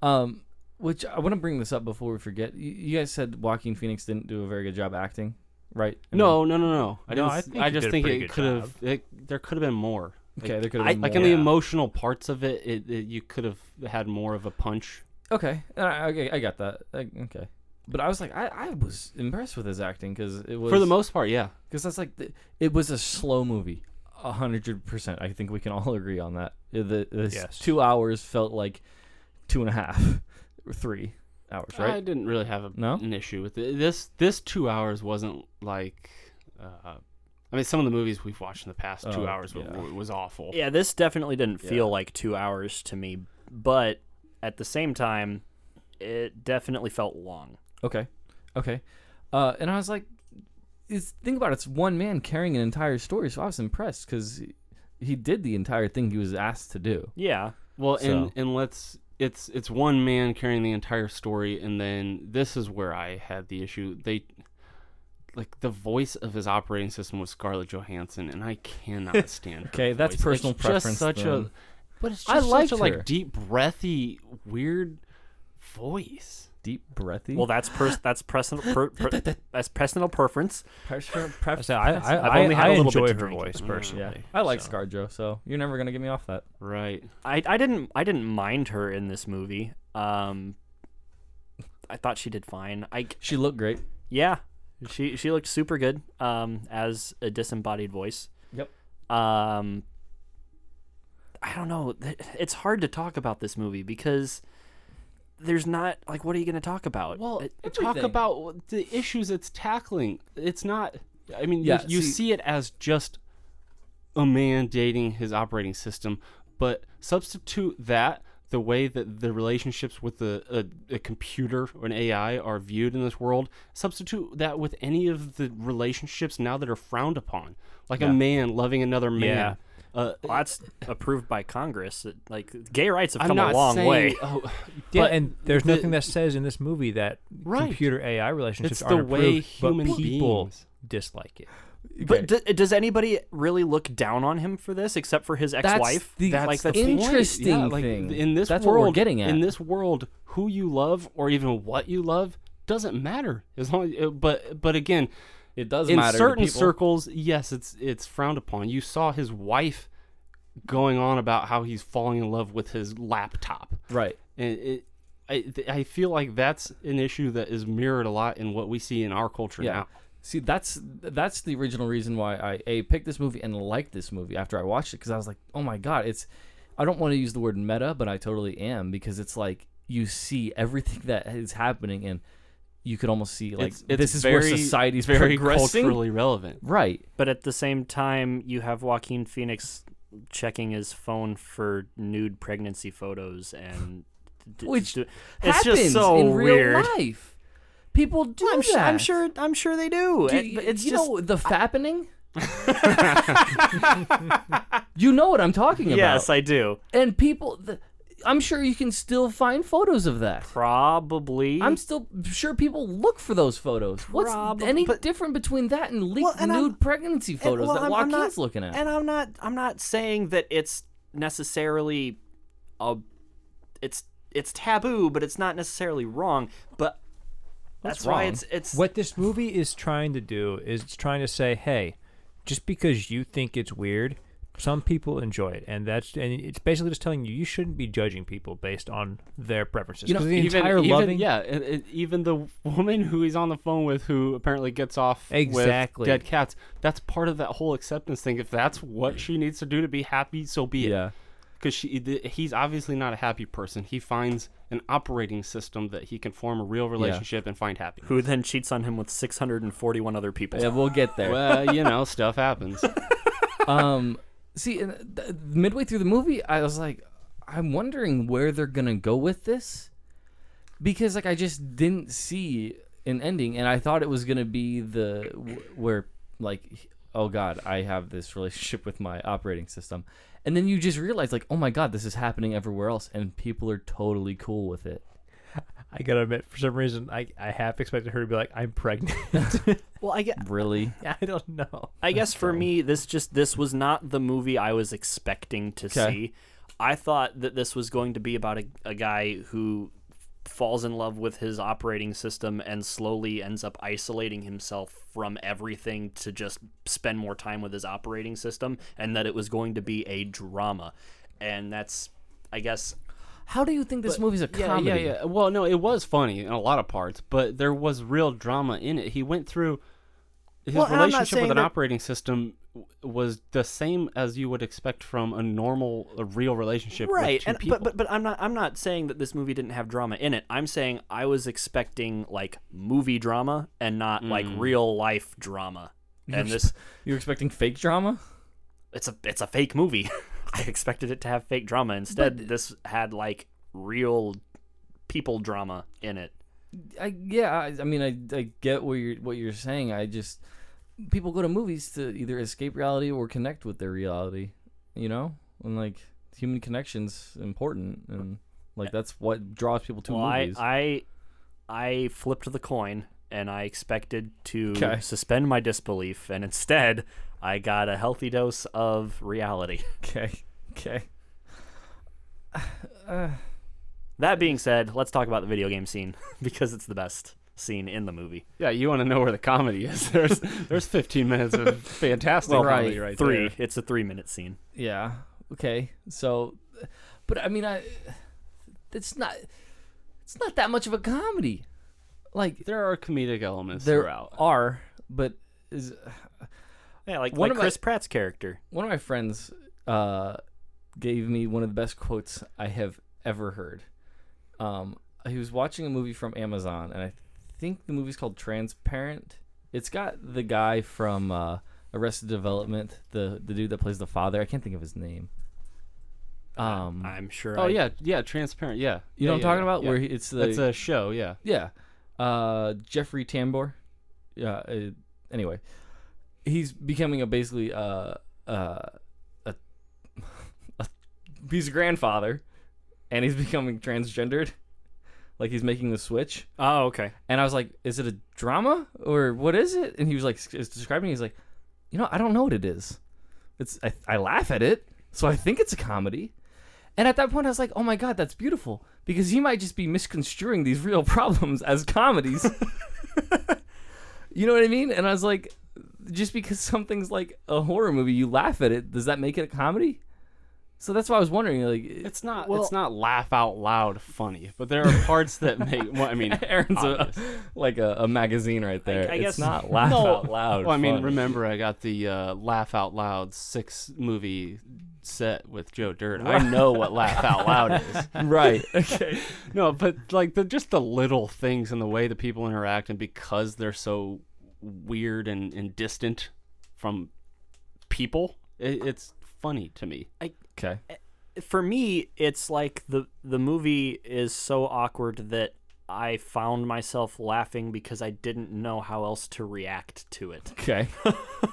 [SPEAKER 2] Um, which I want to bring this up before we forget. You, you guys said Joaquin Phoenix didn't do a very good job acting, right? I mean,
[SPEAKER 1] No, no, no, no. I
[SPEAKER 4] No,
[SPEAKER 1] didn't.
[SPEAKER 4] I
[SPEAKER 1] I,
[SPEAKER 4] think he
[SPEAKER 1] just
[SPEAKER 4] did a
[SPEAKER 1] think
[SPEAKER 4] pretty
[SPEAKER 1] it
[SPEAKER 4] good
[SPEAKER 1] could have. it- There could have been more.
[SPEAKER 2] Okay,
[SPEAKER 1] Like,
[SPEAKER 2] there could
[SPEAKER 1] I-
[SPEAKER 2] have been
[SPEAKER 1] like
[SPEAKER 2] more.
[SPEAKER 1] in the emotional parts of it, it, it you could have had more of a punch.
[SPEAKER 2] Okay, all right, okay, I got that. I- okay, but I was like, I, I was impressed with his acting because it was
[SPEAKER 1] For the most part, yeah.
[SPEAKER 2] because that's like the, it was a slow movie. A hundred percent. I think we can all <laughs> agree on that. Uh, The, this
[SPEAKER 4] Yes.
[SPEAKER 2] two hours felt like two and a half <laughs> or three hours, right?
[SPEAKER 1] I didn't really have a,
[SPEAKER 2] No?
[SPEAKER 1] an issue with it. This this two hours wasn't like. Uh, I mean, some of the movies we've watched in the past two
[SPEAKER 2] Oh,
[SPEAKER 1] hours wa-
[SPEAKER 2] yeah.
[SPEAKER 1] wa- was awful.
[SPEAKER 3] Yeah, this definitely didn't feel like two hours to me, but at the same time, it definitely felt long.
[SPEAKER 2] Okay. Okay. Uh, and I was like, it's, think about it. It's one man carrying an entire story. So I was impressed because he, he did the entire thing he was asked to do.
[SPEAKER 3] Yeah,
[SPEAKER 1] Well, and
[SPEAKER 2] So-
[SPEAKER 1] and let's it's it's one man carrying the entire story, and then this is where I had the issue. They like the voice of his operating system was Scarlett Johansson, and I
[SPEAKER 2] <laughs>
[SPEAKER 1] cannot stand. her
[SPEAKER 2] Okay, that's
[SPEAKER 1] voice.
[SPEAKER 2] personal
[SPEAKER 1] it's
[SPEAKER 2] preference,
[SPEAKER 1] Just such
[SPEAKER 2] then.
[SPEAKER 1] a, but it's
[SPEAKER 2] I
[SPEAKER 1] just
[SPEAKER 2] liked
[SPEAKER 1] such a
[SPEAKER 2] her.
[SPEAKER 1] like deep breathy weird voice.
[SPEAKER 2] Deep breathy.
[SPEAKER 3] well, that's pers- that's personal per- per- that's personal preference.
[SPEAKER 4] I said, I, I,
[SPEAKER 3] I've only
[SPEAKER 4] I-
[SPEAKER 3] had
[SPEAKER 4] I
[SPEAKER 3] a little bit
[SPEAKER 4] enjoy
[SPEAKER 3] to
[SPEAKER 4] her
[SPEAKER 3] drink.
[SPEAKER 4] voice personally.
[SPEAKER 2] yeah. I like
[SPEAKER 4] so.
[SPEAKER 2] ScarJo, so you're never gonna get me off that.
[SPEAKER 1] Right.
[SPEAKER 3] I I didn't I didn't mind her in this movie. Um, I thought she did fine. I
[SPEAKER 2] She looked great.
[SPEAKER 3] yeah, she she looked super good. Um, as a disembodied voice.
[SPEAKER 2] Yep.
[SPEAKER 3] um i don't know Th- it's hard to talk about this movie because there's not like what are you going to talk about
[SPEAKER 1] Well, uh,
[SPEAKER 3] It-
[SPEAKER 1] talk
[SPEAKER 2] everything.
[SPEAKER 1] about the issues it's tackling. It's not. I mean,
[SPEAKER 2] Yeah,
[SPEAKER 1] you, you
[SPEAKER 2] see-
[SPEAKER 1] see, it as just a man dating his operating system, but substitute that the way that the relationships with the a, a computer or an AI are viewed in this world. Substitute that with any of the relationships now that are frowned upon, like a man loving another man. Uh,
[SPEAKER 3] well, that's approved by congress It- like gay rights have
[SPEAKER 1] I'm
[SPEAKER 3] come
[SPEAKER 1] not
[SPEAKER 3] a long
[SPEAKER 1] saying, <laughs>
[SPEAKER 3] way
[SPEAKER 1] Oh,
[SPEAKER 4] Yeah,
[SPEAKER 1] but
[SPEAKER 4] and there's
[SPEAKER 1] the-
[SPEAKER 4] nothing that says in this movie that
[SPEAKER 1] Right.
[SPEAKER 4] computer AI relationships
[SPEAKER 1] It's the
[SPEAKER 4] aren't
[SPEAKER 1] way
[SPEAKER 4] approved,
[SPEAKER 1] human
[SPEAKER 4] but people
[SPEAKER 1] beings-
[SPEAKER 4] dislike it.
[SPEAKER 3] but d- does anybody really look down on him for this except for his ex-wife
[SPEAKER 2] the-
[SPEAKER 3] That's
[SPEAKER 2] that's
[SPEAKER 3] like
[SPEAKER 2] the
[SPEAKER 3] the
[SPEAKER 1] point.
[SPEAKER 2] interesting
[SPEAKER 1] Yeah, like,
[SPEAKER 2] thing.
[SPEAKER 1] In this
[SPEAKER 2] That's what we're
[SPEAKER 1] world,
[SPEAKER 2] getting at.
[SPEAKER 1] In this world, who you love or even what you love doesn't matter. As long, uh, but but again,
[SPEAKER 2] It does
[SPEAKER 1] in
[SPEAKER 2] matter. to
[SPEAKER 1] certain
[SPEAKER 2] people.
[SPEAKER 1] circles, yes, it's it's frowned upon. You saw his wife going on about how he's falling in love with his laptop,
[SPEAKER 2] right?
[SPEAKER 1] and it. I, th- I feel like that's an issue that is mirrored a lot in what we see in our culture
[SPEAKER 2] Yeah.
[SPEAKER 1] now.
[SPEAKER 2] See, that's that's the original reason why I a picked this movie and liked this movie after I watched it because I was like, oh my god, it's. I don't want to use the word meta, but I totally am because it's like you see everything that is happening and you could almost see like
[SPEAKER 1] it's, it's
[SPEAKER 2] this is
[SPEAKER 1] very,
[SPEAKER 2] where society's
[SPEAKER 1] very
[SPEAKER 2] progressing.
[SPEAKER 1] culturally relevant.
[SPEAKER 2] Right.
[SPEAKER 3] but at the same time you have joaquin phoenix checking his phone for nude pregnancy photos and d-
[SPEAKER 2] Which
[SPEAKER 3] d- it's
[SPEAKER 2] Happens
[SPEAKER 3] just so
[SPEAKER 2] in real
[SPEAKER 3] weird
[SPEAKER 2] life. People do
[SPEAKER 3] I'm, su-
[SPEAKER 2] that.
[SPEAKER 3] I'm sure. I'm sure they do.
[SPEAKER 2] Do
[SPEAKER 3] It-
[SPEAKER 2] you,
[SPEAKER 3] but it's
[SPEAKER 2] you
[SPEAKER 3] just
[SPEAKER 2] know the fappening. <laughs> you know what I'm talking
[SPEAKER 3] yes,
[SPEAKER 2] about.
[SPEAKER 3] I do.
[SPEAKER 2] and people, the, I'm sure you can still find photos of that.
[SPEAKER 3] Probably.
[SPEAKER 2] I'm still sure people look for those photos. What's
[SPEAKER 3] Prob-
[SPEAKER 2] any
[SPEAKER 3] but-
[SPEAKER 2] different between that and leaked
[SPEAKER 3] Well, and I'm-
[SPEAKER 2] nude pregnancy
[SPEAKER 3] and-
[SPEAKER 2] photos
[SPEAKER 3] eh, well,
[SPEAKER 2] that
[SPEAKER 3] I'm- I'm
[SPEAKER 2] Joaquin's
[SPEAKER 3] not-
[SPEAKER 2] looking at?
[SPEAKER 3] And I'm not. I'm not saying that it's necessarily a. It's it's taboo, but it's not necessarily wrong. But that's why
[SPEAKER 2] wrong?
[SPEAKER 3] it's it's
[SPEAKER 4] What this movie is trying to do is it's trying to say, hey, just because you think it's weird, some people enjoy it, and that's and it's basically just telling you you shouldn't be judging people based on their preferences.
[SPEAKER 2] You know,
[SPEAKER 4] 'Cause the
[SPEAKER 1] even,
[SPEAKER 4] entire
[SPEAKER 1] even-
[SPEAKER 4] loving,
[SPEAKER 1] yeah, and- and even the woman who he's on the phone with, who apparently gets off
[SPEAKER 4] Exactly.
[SPEAKER 1] with dead cats. That's part of that whole acceptance thing. If that's what she needs to do to be happy, so be it. Because she, th- he's obviously not a happy person. He finds an operating system that he can form a real relationship and find happy.
[SPEAKER 3] who then cheats on him with 641 other people.
[SPEAKER 2] yeah, we'll get there.
[SPEAKER 1] Well, Uh, you know, stuff happens.
[SPEAKER 2] um, see, and th- midway through the movie, I was like, I'm wondering where they're gonna go with this, because like I just didn't see an ending, and I thought it was gonna be the wh- where like, oh god, I have this relationship with my operating system, and then you just realize like, oh my god, this is happening everywhere else, and people are totally cool with it.
[SPEAKER 4] I gotta admit, for some reason, I, I half expected her to be like, "I'm pregnant." <laughs>
[SPEAKER 3] Well, I get.
[SPEAKER 2] Really?
[SPEAKER 4] I don't know.
[SPEAKER 3] I guess for me, this just this was not the movie I was expecting to see. I thought that this was going to be about a, a guy who falls in love with his operating system and slowly ends up isolating himself from everything to just spend more time with his operating system, and that it was going to be a drama. And that's, I guess,
[SPEAKER 2] How do you think this movie's a
[SPEAKER 1] yeah,
[SPEAKER 2] comedy?
[SPEAKER 1] Yeah, yeah. Well, no, it was funny in a lot of parts, but there was real drama in it. He went through his
[SPEAKER 3] Well, and I'm not
[SPEAKER 1] relationship
[SPEAKER 3] saying
[SPEAKER 1] with an
[SPEAKER 3] that-
[SPEAKER 1] operating system w- was the same as you would expect from a normal, a real relationship
[SPEAKER 3] right
[SPEAKER 1] with two
[SPEAKER 3] and,
[SPEAKER 1] people.
[SPEAKER 3] but, but but i'm not i'm not saying that this movie didn't have drama in it i'm saying i was expecting like movie drama and not like
[SPEAKER 1] Mm.
[SPEAKER 3] real life drama and this
[SPEAKER 2] You're expecting fake drama?
[SPEAKER 3] it's a it's a fake movie <laughs> i expected it to have fake drama instead this had like real people drama in it
[SPEAKER 2] I yeah, I, I mean, I, I get what you're what you're saying. I just people go to movies to either escape reality or connect with their reality, you know, and like human connections important and like that's what draws people to
[SPEAKER 3] well, I,
[SPEAKER 2] movies.
[SPEAKER 3] I i flipped the coin and i expected to
[SPEAKER 2] Okay.
[SPEAKER 3] suspend my disbelief and instead i got a healthy dose of reality <laughs>
[SPEAKER 2] okay, okay.
[SPEAKER 3] That being said, let's talk about the video game scene <laughs> because it's the best scene in the movie.
[SPEAKER 1] yeah, you want to know where the comedy is? <laughs> There's there's 15 minutes of fantastic
[SPEAKER 2] Well,
[SPEAKER 1] comedy
[SPEAKER 2] right,
[SPEAKER 1] right
[SPEAKER 3] Three.
[SPEAKER 1] there.
[SPEAKER 3] It's a three minute scene.
[SPEAKER 2] Yeah. Okay. So, but I mean, I it's not it's not that much of a comedy. Like
[SPEAKER 1] There are comedic elements
[SPEAKER 2] there
[SPEAKER 1] throughout.
[SPEAKER 2] are, but is
[SPEAKER 3] Yeah, like,
[SPEAKER 2] One
[SPEAKER 3] like
[SPEAKER 2] of my-
[SPEAKER 3] Chris Pratt's character.
[SPEAKER 2] one of my friends uh, gave me one of the best quotes I have ever heard. Um, he was watching a movie from Amazon, and I think the movie's called Transparent. It's got the guy from uh, Arrested Development, the the dude that plays the father. I can't think of his name. Um,
[SPEAKER 3] I'm sure.
[SPEAKER 1] Oh
[SPEAKER 3] I-
[SPEAKER 1] yeah, yeah, transparent. Yeah,
[SPEAKER 2] you know what I'm talking about? Where he, it's the
[SPEAKER 1] it's a show. Yeah,
[SPEAKER 2] yeah, uh, Jeffrey Tambor. Yeah. Uh, anyway, he's becoming a basically uh, uh, a <laughs> he's a grandfather, and he's becoming transgendered. Like he's making the switch,
[SPEAKER 3] Oh, okay.
[SPEAKER 2] and I was like, "Is it a drama or what is it?" And he was like, is describing. it. He's like, "You know, I don't know what it is. It's I, I laugh at it, so I think it's a comedy." And at that point, I was like, "Oh my god, that's beautiful," because he might just be misconstruing these real <laughs> problems as comedies. you know what I mean? And I was like, just because something's like a horror movie, you laugh at it. Does that make it a comedy? So that's why I was wondering, like,
[SPEAKER 1] it's not it's not laugh out loud funny, but there are parts that make. Well, I mean,
[SPEAKER 2] <laughs> Aaron's a,
[SPEAKER 1] obvious.
[SPEAKER 2] like a, a magazine right there.
[SPEAKER 3] I
[SPEAKER 2] it's
[SPEAKER 3] guess- <laughs>
[SPEAKER 2] not laugh
[SPEAKER 1] No.
[SPEAKER 2] out loud.
[SPEAKER 1] Well, I mean,
[SPEAKER 2] funny.
[SPEAKER 1] remember I got the uh, Laugh Out Loud six movie set with Joe Dirt. I know what Laugh
[SPEAKER 3] <laughs>
[SPEAKER 1] Out Loud is.
[SPEAKER 2] right. <laughs> Okay.
[SPEAKER 1] No, but like the just the little things and the way the people interact, and because they're so weird and, and distant from people, it, it's funny to me.
[SPEAKER 2] Okay.
[SPEAKER 3] For me, it's like the the movie is so awkward that I found myself laughing because I didn't know how else to react to it.
[SPEAKER 2] Okay.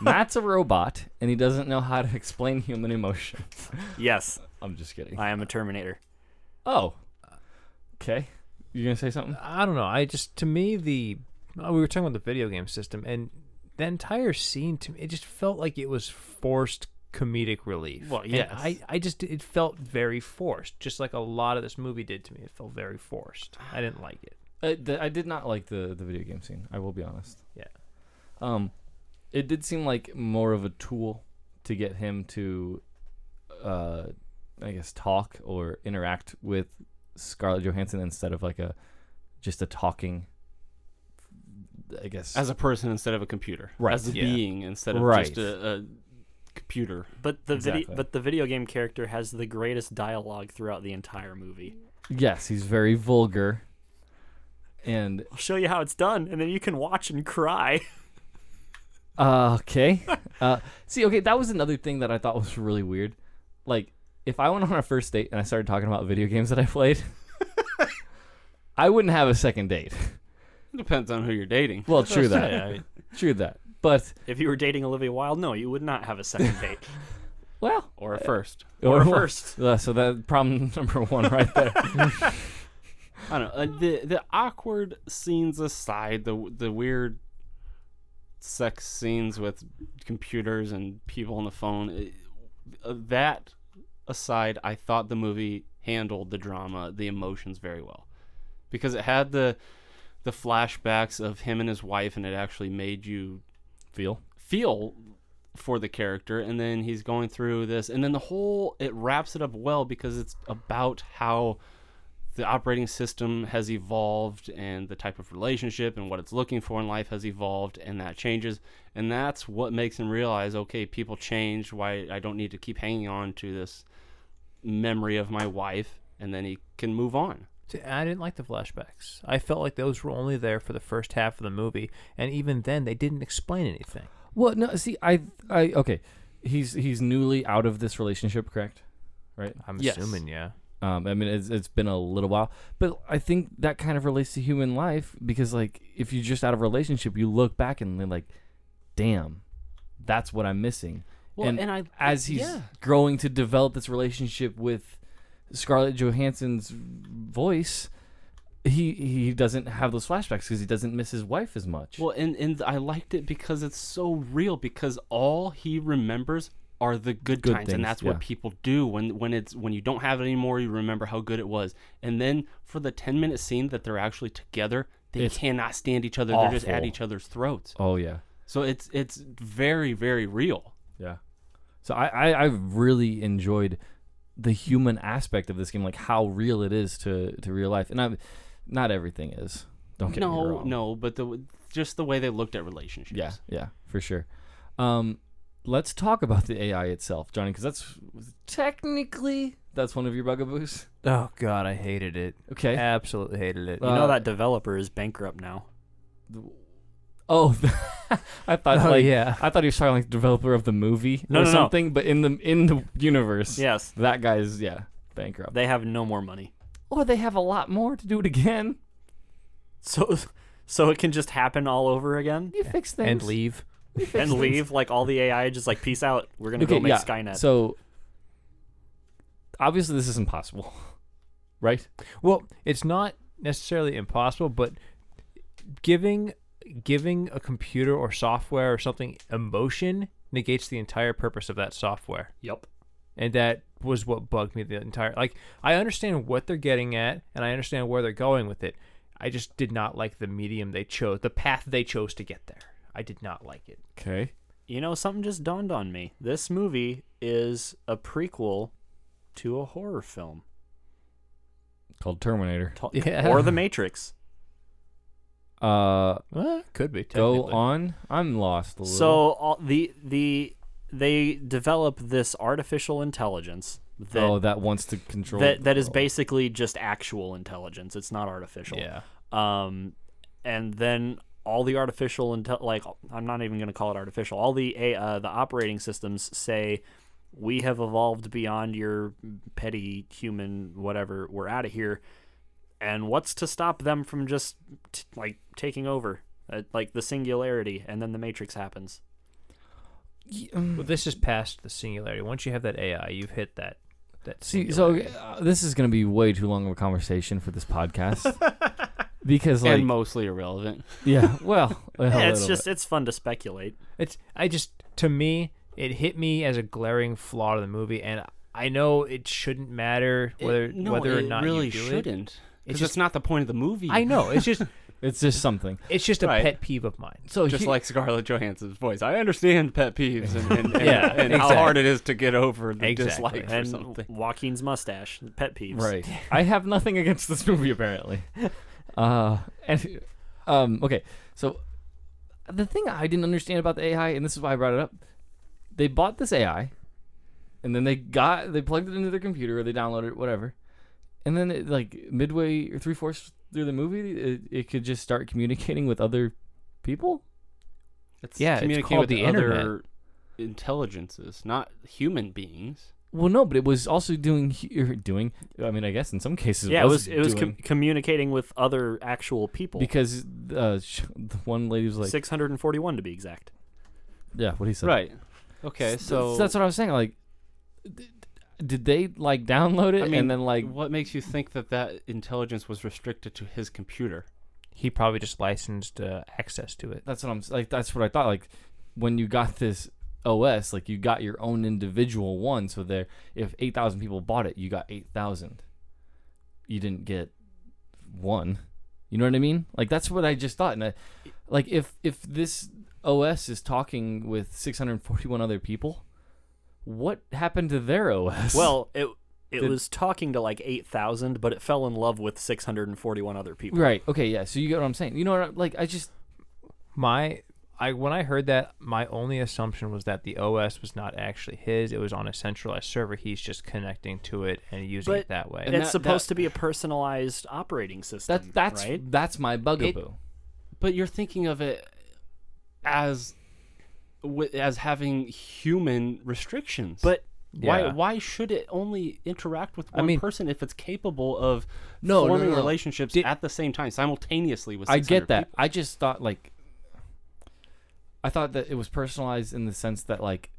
[SPEAKER 2] Matt's a robot and he doesn't know how to explain human emotion.
[SPEAKER 3] Yes,
[SPEAKER 2] <laughs> I'm just kidding.
[SPEAKER 3] I am a Terminator.
[SPEAKER 2] Oh. Okay. You gonna say something?
[SPEAKER 4] I don't know. I just to me the oh, we were talking about the video game system and the entire scene to me it just felt like it was forced comedic relief.
[SPEAKER 1] Well,
[SPEAKER 4] And
[SPEAKER 1] yes.
[SPEAKER 4] I I just it felt very forced, just like a lot of this movie did to me. It felt very forced. I didn't like it.
[SPEAKER 2] I, th- Uh, I did not like the the video game scene. I will be honest.
[SPEAKER 4] Yeah.
[SPEAKER 2] Um, it did seem like more of a tool to get him to, uh, I guess talk or interact with Scarlett Johansson instead of like a just a talking. I guess
[SPEAKER 1] As a person instead of a computer,
[SPEAKER 2] Right,
[SPEAKER 1] as a
[SPEAKER 4] yeah.
[SPEAKER 1] being instead of
[SPEAKER 2] Right.
[SPEAKER 1] just a, a computer.
[SPEAKER 3] But the
[SPEAKER 2] Exactly.
[SPEAKER 3] video, but the video game character has the greatest dialogue throughout the entire movie.
[SPEAKER 2] yes, he's very vulgar, and
[SPEAKER 3] I'll show you how it's done, and then you can watch and cry. <laughs>
[SPEAKER 2] Uh, okay. uh, see, okay, that was another thing that I thought was really weird. Like, if I went on a first date and I started talking about video games that I played, I wouldn't have a second date.
[SPEAKER 1] Depends on who you're dating.
[SPEAKER 2] Well, true that. True that. But
[SPEAKER 3] If you were dating Olivia Wilde, no, you would not have a second <laughs> date.
[SPEAKER 2] well,
[SPEAKER 1] or a first.
[SPEAKER 2] <laughs> or <laughs>
[SPEAKER 3] first.
[SPEAKER 2] Uh, so that problem number one right there.
[SPEAKER 1] I don't know. uh, The the awkward scenes aside, the the weird sex scenes with computers and people on the phone, it- uh, that aside, I thought the movie handled the drama, the emotions very well, because it had the the flashbacks of him and his wife, and it actually made you
[SPEAKER 2] Feel.
[SPEAKER 1] feel for the character and then he's going through this and then the whole it wraps it up well because it's about how the operating system has evolved and the type of relationship and what it's looking for in life has evolved and that changes and that's what makes him realize okay people change why I don't need to keep hanging on to this memory of my wife and then he can move on
[SPEAKER 4] See, I didn't like the flashbacks. I felt like those were only there for the first half of the movie, and even then, they didn't explain anything.
[SPEAKER 2] Well, no, see, I, I, okay, he's he's newly out of this relationship, correct? Right.
[SPEAKER 4] I'm
[SPEAKER 1] Yes.
[SPEAKER 4] assuming, yeah.
[SPEAKER 2] Um, I mean, it's, it's been a little while, but I think that kind of relates to human life because, like, if you're just out of a relationship, you look back and you're like, "Damn, that's what I'm missing."
[SPEAKER 1] Well, and I-
[SPEAKER 2] as he's
[SPEAKER 1] yeah.
[SPEAKER 2] growing to develop this relationship with Scarlett Johansson's voice, he he doesn't have those flashbacks because he doesn't miss his wife as much.
[SPEAKER 1] Well, and and I liked it because it's so real. Because all he remembers are the good,
[SPEAKER 2] Good
[SPEAKER 1] times, and
[SPEAKER 2] things,
[SPEAKER 1] that's
[SPEAKER 2] yeah.
[SPEAKER 1] what people do when when it's when you don't have it anymore. You remember how good it was, and then for the ten minute scene that they're actually together, they
[SPEAKER 2] It's
[SPEAKER 1] cannot stand each other. They're just at
[SPEAKER 2] awful.
[SPEAKER 1] each other's throats.
[SPEAKER 2] oh yeah.
[SPEAKER 1] So it's it's very very real.
[SPEAKER 2] Yeah. So I, I, I really enjoyed the human aspect of this game, like how real it is to, to real life. And I'm not everything is. Don't get me
[SPEAKER 1] No,
[SPEAKER 2] wrong.
[SPEAKER 1] no, but the just the way they looked at relationships.
[SPEAKER 2] Yeah, yeah, for sure. Um, let's talk about the AI itself, Johnny, because that's technically that's one of your bugaboos.
[SPEAKER 4] Oh God, I hated it.
[SPEAKER 2] Okay.
[SPEAKER 4] Absolutely hated it.
[SPEAKER 3] You
[SPEAKER 2] Uh,
[SPEAKER 3] know that developer is bankrupt now.
[SPEAKER 2] Oh, <laughs> I thought
[SPEAKER 4] Oh,
[SPEAKER 2] like
[SPEAKER 4] yeah.
[SPEAKER 2] I thought he was talking like the developer of the movie
[SPEAKER 3] No,
[SPEAKER 2] or
[SPEAKER 3] no, no.
[SPEAKER 2] something, but in the in the universe,
[SPEAKER 3] Yes,
[SPEAKER 2] that guy's yeah bankrupt.
[SPEAKER 3] they have no more money,
[SPEAKER 2] or they have a lot more to do it again.
[SPEAKER 3] so so it can just happen all over again
[SPEAKER 2] You fix things
[SPEAKER 4] and leave.
[SPEAKER 3] and leave. Like all the AI just like peace out. We're gonna go make Skynet.
[SPEAKER 2] So obviously this is impossible, <laughs> right?
[SPEAKER 4] Well, it's not necessarily impossible, but giving giving a computer or software or something emotion negates the entire purpose of that software.
[SPEAKER 3] yep.
[SPEAKER 4] and that was what bugged me the entire like i understand what they're getting at and i understand where they're going with it i just did not like the medium they chose the path they chose to get there i did not like it
[SPEAKER 2] Okay.
[SPEAKER 3] You know something just dawned on me. This movie is a prequel to a horror
[SPEAKER 2] <laughs>
[SPEAKER 3] film
[SPEAKER 2] Called Terminator.
[SPEAKER 3] Ta-
[SPEAKER 4] Yeah.
[SPEAKER 3] or The Matrix.
[SPEAKER 2] Uh,
[SPEAKER 4] well, could be
[SPEAKER 2] go
[SPEAKER 4] technically.
[SPEAKER 2] on. I'm lost a little.
[SPEAKER 3] So all, the the they develop this artificial intelligence that
[SPEAKER 2] oh, that wants to control.
[SPEAKER 3] that that is
[SPEAKER 2] oh.
[SPEAKER 3] basically just actual intelligence. It's not artificial.
[SPEAKER 4] yeah
[SPEAKER 3] Um, and then all the artificial intel like I'm not even going to call it artificial. All the A- uh, the operating systems say we have evolved beyond your petty human whatever. We're out of here. And what's to stop them from just t- like taking over? Uh, like the singularity, and then the Matrix happens.
[SPEAKER 4] well
[SPEAKER 2] um,
[SPEAKER 4] this is past the singularity once you have that ai you've hit that that
[SPEAKER 2] See, so
[SPEAKER 4] singularity.
[SPEAKER 2] uh, this is going to be way too long of a conversation for this
[SPEAKER 3] <laughs>
[SPEAKER 2] podcast. because like
[SPEAKER 1] and mostly irrelevant.
[SPEAKER 2] yeah, well, a
[SPEAKER 3] Yeah, <laughs> it's
[SPEAKER 2] little
[SPEAKER 3] just
[SPEAKER 2] bit.
[SPEAKER 3] it's fun to speculate.
[SPEAKER 4] it's i just to me it hit me as a glaring flaw of the movie and i know it shouldn't matter whether
[SPEAKER 1] It- no,
[SPEAKER 4] whether or
[SPEAKER 1] it
[SPEAKER 4] not
[SPEAKER 1] really
[SPEAKER 4] you do it
[SPEAKER 1] shouldn't. Because
[SPEAKER 4] just-
[SPEAKER 1] it's not the point of the movie.
[SPEAKER 4] i know it's just
[SPEAKER 2] it's just something.
[SPEAKER 4] it's
[SPEAKER 1] <laughs>
[SPEAKER 4] just a
[SPEAKER 1] Right.
[SPEAKER 4] pet peeve of mine
[SPEAKER 2] So
[SPEAKER 1] just <laughs>
[SPEAKER 2] he-
[SPEAKER 1] like Scarlett Johansson's voice. I understand pet peeves and, and, <laughs> and,
[SPEAKER 4] Yeah,
[SPEAKER 1] and
[SPEAKER 4] exactly.
[SPEAKER 1] how hard it is to get over the
[SPEAKER 4] Exactly.
[SPEAKER 1] dislike for
[SPEAKER 3] And
[SPEAKER 1] something.
[SPEAKER 3] Joaquin's mustache, pet peeves.
[SPEAKER 2] Right. I have nothing against this movie
[SPEAKER 3] <laughs>
[SPEAKER 2] apparently. Uh and um okay. So the thing I didn't understand about the AI and this is why I brought it up. They bought this AI and then they got they plugged it into their computer or they downloaded it whatever. And then it, like midway or three-fourths through the movie it, it could just start communicating with other people.
[SPEAKER 1] It's
[SPEAKER 4] Yeah, it's
[SPEAKER 1] communicating
[SPEAKER 4] called
[SPEAKER 1] with
[SPEAKER 4] the
[SPEAKER 1] other intelligences, not human beings.
[SPEAKER 2] Well, no, but it was also doing hu- or doing I mean, I guess in some cases
[SPEAKER 3] Yeah, it was it was
[SPEAKER 2] doing-
[SPEAKER 3] com- communicating with other actual people.
[SPEAKER 2] because uh, sh- the one lady was like,
[SPEAKER 3] 641 to be exact.
[SPEAKER 2] yeah, what he said.
[SPEAKER 1] Right. Okay, so
[SPEAKER 2] that's what I was saying. Like, Did they like download it
[SPEAKER 1] I mean,
[SPEAKER 2] and then like?
[SPEAKER 1] what makes you think that that intelligence was restricted to his computer?
[SPEAKER 4] He probably just licensed uh, access to it.
[SPEAKER 2] That's what I'm s- like. That's what I thought. Like when you got this OS, like you got your own individual one. So there, if eight thousand people bought it, you got eight thousand. You didn't get one. You know what I mean? Like that's what I just thought. And I, like if if this OS is talking with six hundred forty-one other people, what happened to their OS?
[SPEAKER 3] Well, it it
[SPEAKER 2] Did-
[SPEAKER 3] was talking to like eight thousand, but it fell in love with six hundred and forty one other
[SPEAKER 2] <laughs>
[SPEAKER 3] people.
[SPEAKER 2] right. Okay. Yeah. So you get what I'm saying. You know what? I, like I just
[SPEAKER 4] My I when I heard that, my only assumption was that the OS was not actually his. It was on a centralized server. He's just connecting to it and using
[SPEAKER 3] But
[SPEAKER 4] it that way.
[SPEAKER 2] And
[SPEAKER 3] it's
[SPEAKER 2] that-
[SPEAKER 3] supposed
[SPEAKER 2] that-
[SPEAKER 3] to be a personalized operating system.
[SPEAKER 1] Mm,
[SPEAKER 2] that that's
[SPEAKER 3] right.
[SPEAKER 2] that's my bugaboo.
[SPEAKER 1] But you're thinking of it as wi- as having human restrictions.
[SPEAKER 3] But
[SPEAKER 1] why
[SPEAKER 4] Yeah.
[SPEAKER 1] why should it only interact with
[SPEAKER 4] I
[SPEAKER 1] one
[SPEAKER 4] mean-
[SPEAKER 1] person if it's capable of
[SPEAKER 2] No, no,
[SPEAKER 1] forming
[SPEAKER 2] no, no.
[SPEAKER 1] relationships
[SPEAKER 4] Did-
[SPEAKER 1] at the same time simultaneously with
[SPEAKER 2] I
[SPEAKER 1] 600
[SPEAKER 2] get that.
[SPEAKER 1] people?
[SPEAKER 2] I just thought like I thought that it was personalized in the sense that like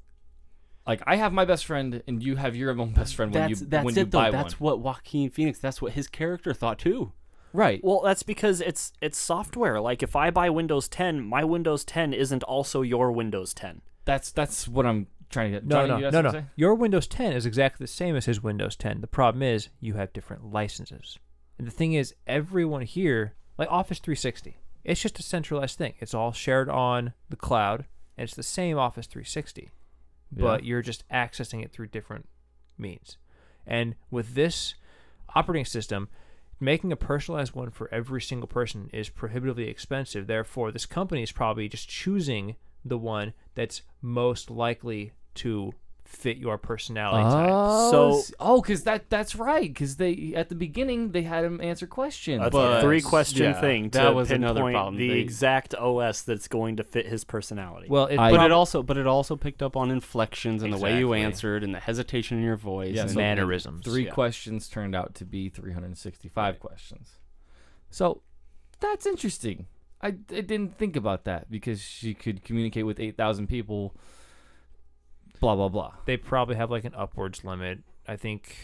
[SPEAKER 2] like I have my best friend and you have your own best friend when
[SPEAKER 1] That's
[SPEAKER 2] you
[SPEAKER 1] that's
[SPEAKER 2] when
[SPEAKER 1] it
[SPEAKER 2] you
[SPEAKER 1] though.
[SPEAKER 2] buy
[SPEAKER 1] that's
[SPEAKER 2] one.
[SPEAKER 1] what Joaquin Phoenix. That's what his character thought too.
[SPEAKER 2] Right.
[SPEAKER 3] Well, that's because it's it's software. Like if I buy Windows 10, my Windows 10 isn't also your Windows 10.
[SPEAKER 2] That's that's what I'm trying to get.
[SPEAKER 4] no,
[SPEAKER 2] Johnny, you
[SPEAKER 4] no,
[SPEAKER 2] got
[SPEAKER 4] no,
[SPEAKER 2] something to
[SPEAKER 4] no.
[SPEAKER 2] say?
[SPEAKER 4] Your Windows 10 is exactly the same as his Windows 10. The problem is you have different licenses. And the thing is, everyone here, like Office 360, it's just a centralized thing. It's all shared on the cloud, and it's the same Office 360, but you're just accessing it through different means. And with this operating system, making a personalized one for every single person is prohibitively expensive. Therefore, this company is probably just choosing the one that's most likely to fit your personality type.
[SPEAKER 2] so
[SPEAKER 3] So-
[SPEAKER 2] oh, because that that's right. Because they at the beginning they had him answer questions.
[SPEAKER 3] That's
[SPEAKER 1] But-
[SPEAKER 3] a three question
[SPEAKER 1] yeah,
[SPEAKER 3] thing to
[SPEAKER 1] that was
[SPEAKER 3] pinpoint
[SPEAKER 1] another problem.
[SPEAKER 3] the
[SPEAKER 1] They-
[SPEAKER 3] exact OS that's going to fit his personality.
[SPEAKER 4] Well, it,
[SPEAKER 2] I-
[SPEAKER 1] But it also but it also picked up on inflections and the way you
[SPEAKER 4] Exactly.
[SPEAKER 1] answered and the hesitation in your voice.
[SPEAKER 2] Yeah,
[SPEAKER 1] and-
[SPEAKER 2] so-
[SPEAKER 4] mannerisms.
[SPEAKER 2] Three
[SPEAKER 4] yeah.
[SPEAKER 2] questions turned out to be 365 questions. So that's interesting. I, I didn't think about that because she could communicate with 8,000 people, blah, blah, blah.
[SPEAKER 4] they probably have like an upwards limit. I think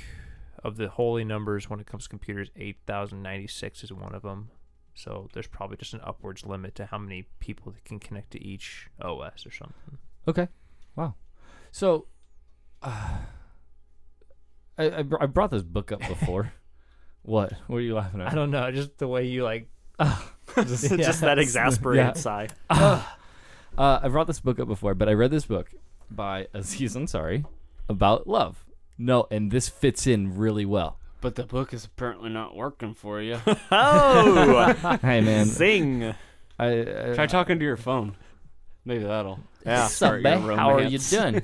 [SPEAKER 4] of the holy numbers when it comes to computers, 8,096 is one of them. So there's probably just an upwards limit to how many people that can connect to each OS or something.
[SPEAKER 2] Okay. Wow. So uh, <sighs> I, I, br- I brought this book up
[SPEAKER 4] <laughs>
[SPEAKER 2] before. what? What are you laughing at?
[SPEAKER 4] I don't know, just the way you like.
[SPEAKER 3] <laughs> just,
[SPEAKER 2] <laughs>
[SPEAKER 3] just that exasperated
[SPEAKER 2] yeah. <laughs>
[SPEAKER 3] sigh.
[SPEAKER 2] Uh, I brought this book up before, but I read this book by Aziz Ansari about love. No, and this fits in really
[SPEAKER 4] <laughs>
[SPEAKER 2] well.
[SPEAKER 1] But the book is apparently not working for you.
[SPEAKER 3] Oh,
[SPEAKER 2] Hey, man.
[SPEAKER 3] zing!
[SPEAKER 2] I, I,
[SPEAKER 1] <laughs> Try talking to your phone. Maybe that'll.
[SPEAKER 2] <laughs>
[SPEAKER 3] Yeah.
[SPEAKER 2] Sup,
[SPEAKER 1] start your
[SPEAKER 2] bae? How are you
[SPEAKER 1] romance.
[SPEAKER 2] doing?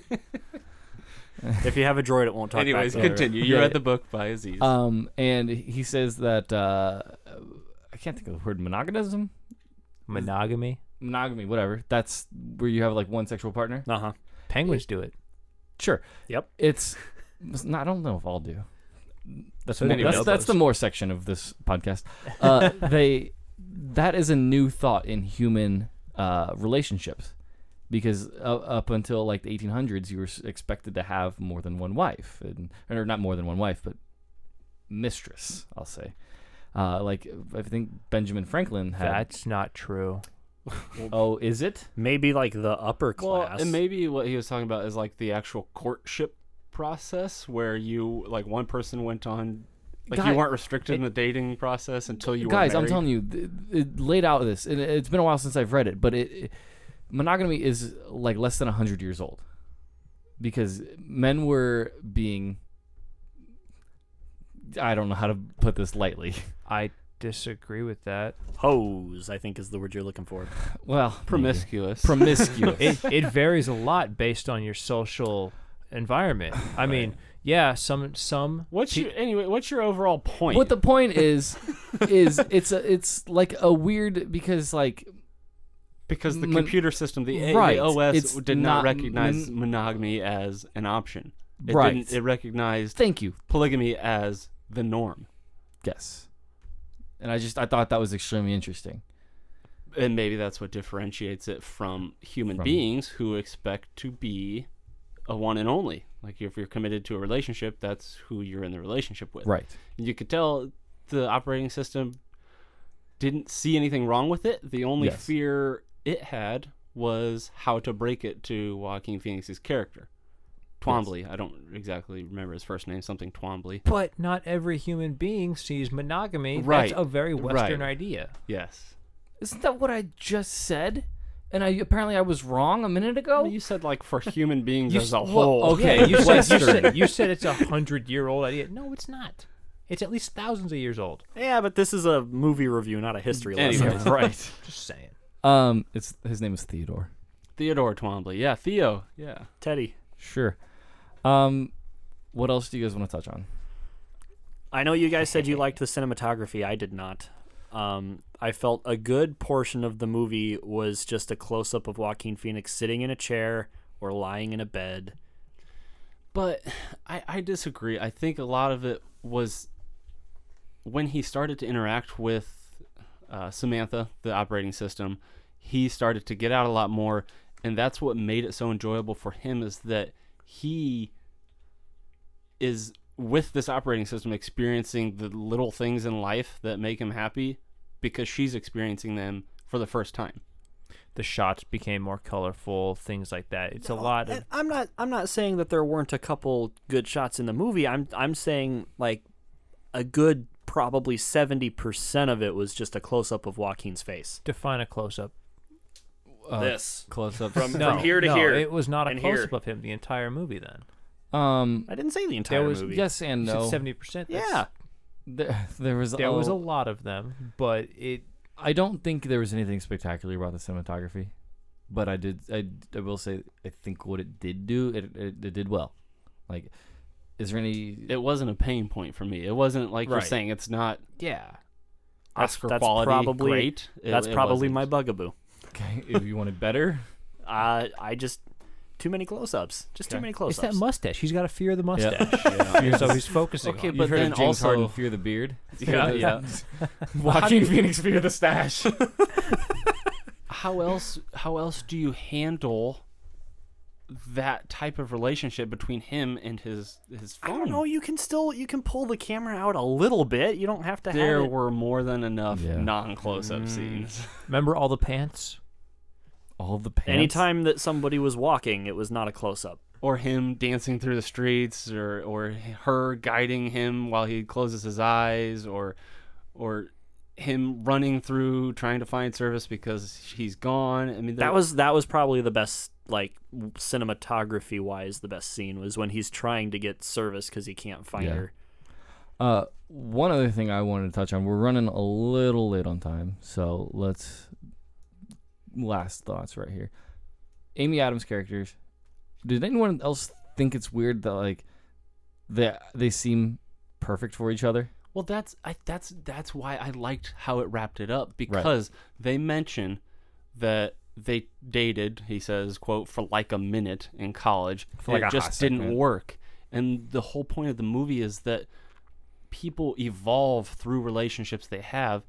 [SPEAKER 3] If you have a droid, it won't talk.
[SPEAKER 1] Anyways,
[SPEAKER 3] back to you.
[SPEAKER 1] continue. You
[SPEAKER 2] Yeah.
[SPEAKER 1] read the book by Aziz.
[SPEAKER 2] um, and he says that uh, I can't think of the word monogamism,
[SPEAKER 4] Monogamy.
[SPEAKER 2] monogamy, whatever. That's where you have like one sexual partner.
[SPEAKER 3] Uh huh.
[SPEAKER 4] Penguins do it.
[SPEAKER 2] Sure.
[SPEAKER 3] Yep.
[SPEAKER 2] It's. it's not, I don't know if I'll do. That's
[SPEAKER 4] So
[SPEAKER 2] more-
[SPEAKER 4] do
[SPEAKER 2] that's,
[SPEAKER 4] elbows.
[SPEAKER 2] that's the more section of this podcast. Uh, they that is a new thought in human uh, relationships because u- up until like the 1800s, you were s- expected to have more than one wife, and or not more than one wife, but mistress, I'll say. Uh, like I think Benjamin Franklin had.
[SPEAKER 4] That's not true.
[SPEAKER 2] Oh, is it?
[SPEAKER 3] Maybe like the upper
[SPEAKER 1] well,
[SPEAKER 3] class.
[SPEAKER 1] and maybe what he was talking about is like the actual courtship process where you like one person went on like
[SPEAKER 2] Guy-
[SPEAKER 1] you weren't restricted in the dating process until you
[SPEAKER 2] guys
[SPEAKER 1] were
[SPEAKER 2] i'm
[SPEAKER 1] married.
[SPEAKER 2] telling you th- it laid out this and it- it's been a while since i've read it but it, it- monogamy is like less than 100 years old because men were being i don't know how to put this lightly <laughs>
[SPEAKER 4] I disagree with that.
[SPEAKER 3] hose. I think is the word you're looking for.
[SPEAKER 2] well
[SPEAKER 1] promiscuous
[SPEAKER 4] <laughs>
[SPEAKER 2] promiscuous
[SPEAKER 4] it, it varies a lot based on your social environment. I mean, yeah, some some
[SPEAKER 1] <laughs> what's your anyway what's your overall point
[SPEAKER 2] What the point is, is it's a, it's like a weird because like
[SPEAKER 1] because the
[SPEAKER 2] mon-
[SPEAKER 1] computer system the, A-
[SPEAKER 2] Right,
[SPEAKER 1] the os
[SPEAKER 2] it's
[SPEAKER 1] did not,
[SPEAKER 2] not
[SPEAKER 1] recognize
[SPEAKER 2] mon-
[SPEAKER 1] monogamy as an option it
[SPEAKER 2] Right.
[SPEAKER 1] didn't, it recognized
[SPEAKER 2] thank you
[SPEAKER 1] polygamy as the norm
[SPEAKER 2] yes, and I just I thought that was extremely interesting.
[SPEAKER 1] and maybe that's what differentiates it from human
[SPEAKER 2] From-
[SPEAKER 1] beings who expect to be a one and only. Like if you're committed to a relationship, that's who you're in the relationship with.
[SPEAKER 2] Right.
[SPEAKER 1] You could tell the operating system didn't see anything wrong with it. The only
[SPEAKER 2] Yes.
[SPEAKER 1] fear it had was how to break it to Joaquin Phoenix's character. Twombly. I don't exactly remember his first name, something Twombly.
[SPEAKER 4] But not every human being sees monogamy.
[SPEAKER 1] Right.
[SPEAKER 4] That's a very
[SPEAKER 1] Right.
[SPEAKER 4] Western idea.
[SPEAKER 1] Yes.
[SPEAKER 2] Isn't that what I just said? And I apparently I was wrong a minute ago.
[SPEAKER 1] You said like
[SPEAKER 2] <laughs>
[SPEAKER 1] for human beings as a
[SPEAKER 2] s-
[SPEAKER 1] whole.
[SPEAKER 2] well, oh. okay, you
[SPEAKER 4] You
[SPEAKER 2] said, you
[SPEAKER 4] said,
[SPEAKER 2] said
[SPEAKER 4] you said <laughs> it's a hundred year old idea. No, it's not. It's at least thousands of years old.
[SPEAKER 3] Yeah, but this is a movie review, not a history lesson.
[SPEAKER 1] Anyways. <laughs>
[SPEAKER 2] right.
[SPEAKER 4] Just saying.
[SPEAKER 2] Um, it's his name is Theodore.
[SPEAKER 1] Theodore Twombly. Yeah, Theo. Yeah.
[SPEAKER 3] Teddy,
[SPEAKER 2] Sure. Um, what else do you guys want to touch on?
[SPEAKER 3] I know you guys said you liked the cinematography. I did not. Um, I felt a good portion of the movie was just a close up of Joaquin Phoenix sitting in a chair or lying in a bed.
[SPEAKER 1] But I, I disagree. I think a lot of it was when he started to interact with uh, Samantha, the operating system, he started to get out a lot more, and that's what made it so enjoyable for him is that he is with this operating system experiencing the little things in life that make him happy because she's experiencing them for the first time.
[SPEAKER 4] The shots became more colorful, things like that. It's a lot of.
[SPEAKER 3] And I'm not I'm not saying that there weren't a couple good shots in the movie. I'm I'm saying like a good probably 70% of it was just a close up of Joaquin's face.
[SPEAKER 4] Define a close up.
[SPEAKER 8] this.
[SPEAKER 2] Close ups.
[SPEAKER 8] From, from here to
[SPEAKER 4] Uh, no,
[SPEAKER 8] here.
[SPEAKER 4] It was not a
[SPEAKER 8] and here.
[SPEAKER 4] close up of him the entire movie then.
[SPEAKER 2] Um,
[SPEAKER 3] I didn't say the entire
[SPEAKER 4] There was-
[SPEAKER 3] movie.
[SPEAKER 2] yes and
[SPEAKER 4] You said
[SPEAKER 2] no.
[SPEAKER 4] 70%. That's-
[SPEAKER 3] Yeah.
[SPEAKER 2] There, there was
[SPEAKER 4] There
[SPEAKER 2] a,
[SPEAKER 4] was a lot of them, but it.
[SPEAKER 2] I don't think there was anything spectacular about the cinematography, but I did. I, I will say I think what it did do, it, it, it did well. Like, is there any?
[SPEAKER 1] It wasn't a pain point for me. It wasn't like you're
[SPEAKER 4] Right.
[SPEAKER 1] saying it's not
[SPEAKER 4] Yeah.
[SPEAKER 3] That's-
[SPEAKER 1] Oscar
[SPEAKER 3] that's
[SPEAKER 1] quality
[SPEAKER 3] probably-
[SPEAKER 1] great. It-
[SPEAKER 3] That's
[SPEAKER 1] it
[SPEAKER 3] probably
[SPEAKER 1] wasn't. <laughs>
[SPEAKER 3] my bugaboo.
[SPEAKER 2] okay, if you wanted better,
[SPEAKER 3] Uh, I just too many close ups. Just too many close
[SPEAKER 4] It's
[SPEAKER 3] ups.
[SPEAKER 4] that mustache. He's got <laughs> a fear of the
[SPEAKER 2] yeah. <laughs>
[SPEAKER 4] mustache. So he's focusing
[SPEAKER 1] Okay,
[SPEAKER 4] on
[SPEAKER 1] But
[SPEAKER 2] But heard
[SPEAKER 1] then
[SPEAKER 2] of James
[SPEAKER 1] also-
[SPEAKER 2] Harden fear the beard.
[SPEAKER 1] Yeah, yeah.
[SPEAKER 2] Watching Phoenix fear the stash.
[SPEAKER 3] <laughs>
[SPEAKER 1] how else how else do you handle that type of relationship between him and his his
[SPEAKER 3] I
[SPEAKER 1] phone?
[SPEAKER 3] don't know. You can still you can pull the camera out a little bit. You don't have to
[SPEAKER 1] There
[SPEAKER 3] have it. Mm.
[SPEAKER 1] were more than enough
[SPEAKER 2] Yeah.
[SPEAKER 1] non close up scenes.
[SPEAKER 4] <laughs> Remember all the pants?
[SPEAKER 2] All the pants.
[SPEAKER 3] Anytime that somebody was walking, it was not a close up.
[SPEAKER 1] Or him dancing through the streets or or her guiding him while he closes his eyes or or him running through trying to find service because he's gone. I mean there-
[SPEAKER 3] That was that was probably the best like cinematography wise the best scene was when he's trying to get service cuz he can't find
[SPEAKER 2] Yeah.
[SPEAKER 3] her.
[SPEAKER 2] Uh, one other thing I wanted to touch on. We're running a little late on time, so let's last thoughts right here. Amy Adams characters. Did anyone else think it's weird that like they they seem perfect for each other?
[SPEAKER 1] Well, that's I, that's that's why I liked how it wrapped it up because they mention that they dated. He says, "quote for like a minute in college,
[SPEAKER 2] For like
[SPEAKER 1] and
[SPEAKER 2] a
[SPEAKER 1] it
[SPEAKER 2] hot
[SPEAKER 1] just
[SPEAKER 2] second.
[SPEAKER 1] didn't work." And the whole point of the movie is that people evolve through relationships they have,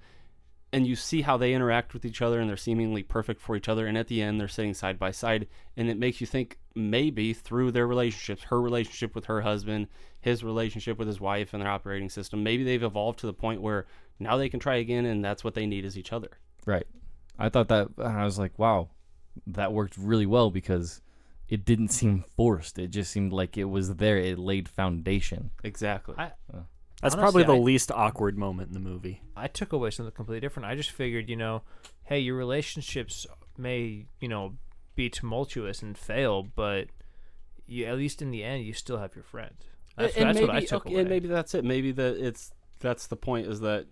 [SPEAKER 1] and you see how they interact with each other, and they're seemingly perfect for each other. And at the end, they're sitting side by side, and it makes you think maybe through their relationships, her relationship with her husband, his relationship with his wife, and their operating system, maybe they've evolved to the point where now they can try again, and that's what they need is each other.
[SPEAKER 2] Right. I thought that and I was like, wow, that worked really well because it didn't seem forced. It just seemed like it was there. It laid foundation.
[SPEAKER 1] Exactly.
[SPEAKER 4] I-
[SPEAKER 3] That's
[SPEAKER 4] Honestly,
[SPEAKER 3] probably the
[SPEAKER 4] I-
[SPEAKER 3] least awkward moment in the movie.
[SPEAKER 4] I took away something completely different. I just figured, you know, hey, your relationships may, you know, be tumultuous and fail, but you at least in the end, you still have your friend. That's,
[SPEAKER 1] and
[SPEAKER 4] that's
[SPEAKER 1] maybe,
[SPEAKER 4] what I took
[SPEAKER 1] okay,
[SPEAKER 4] away.
[SPEAKER 1] And maybe that's it. Maybe that it's that's the point is that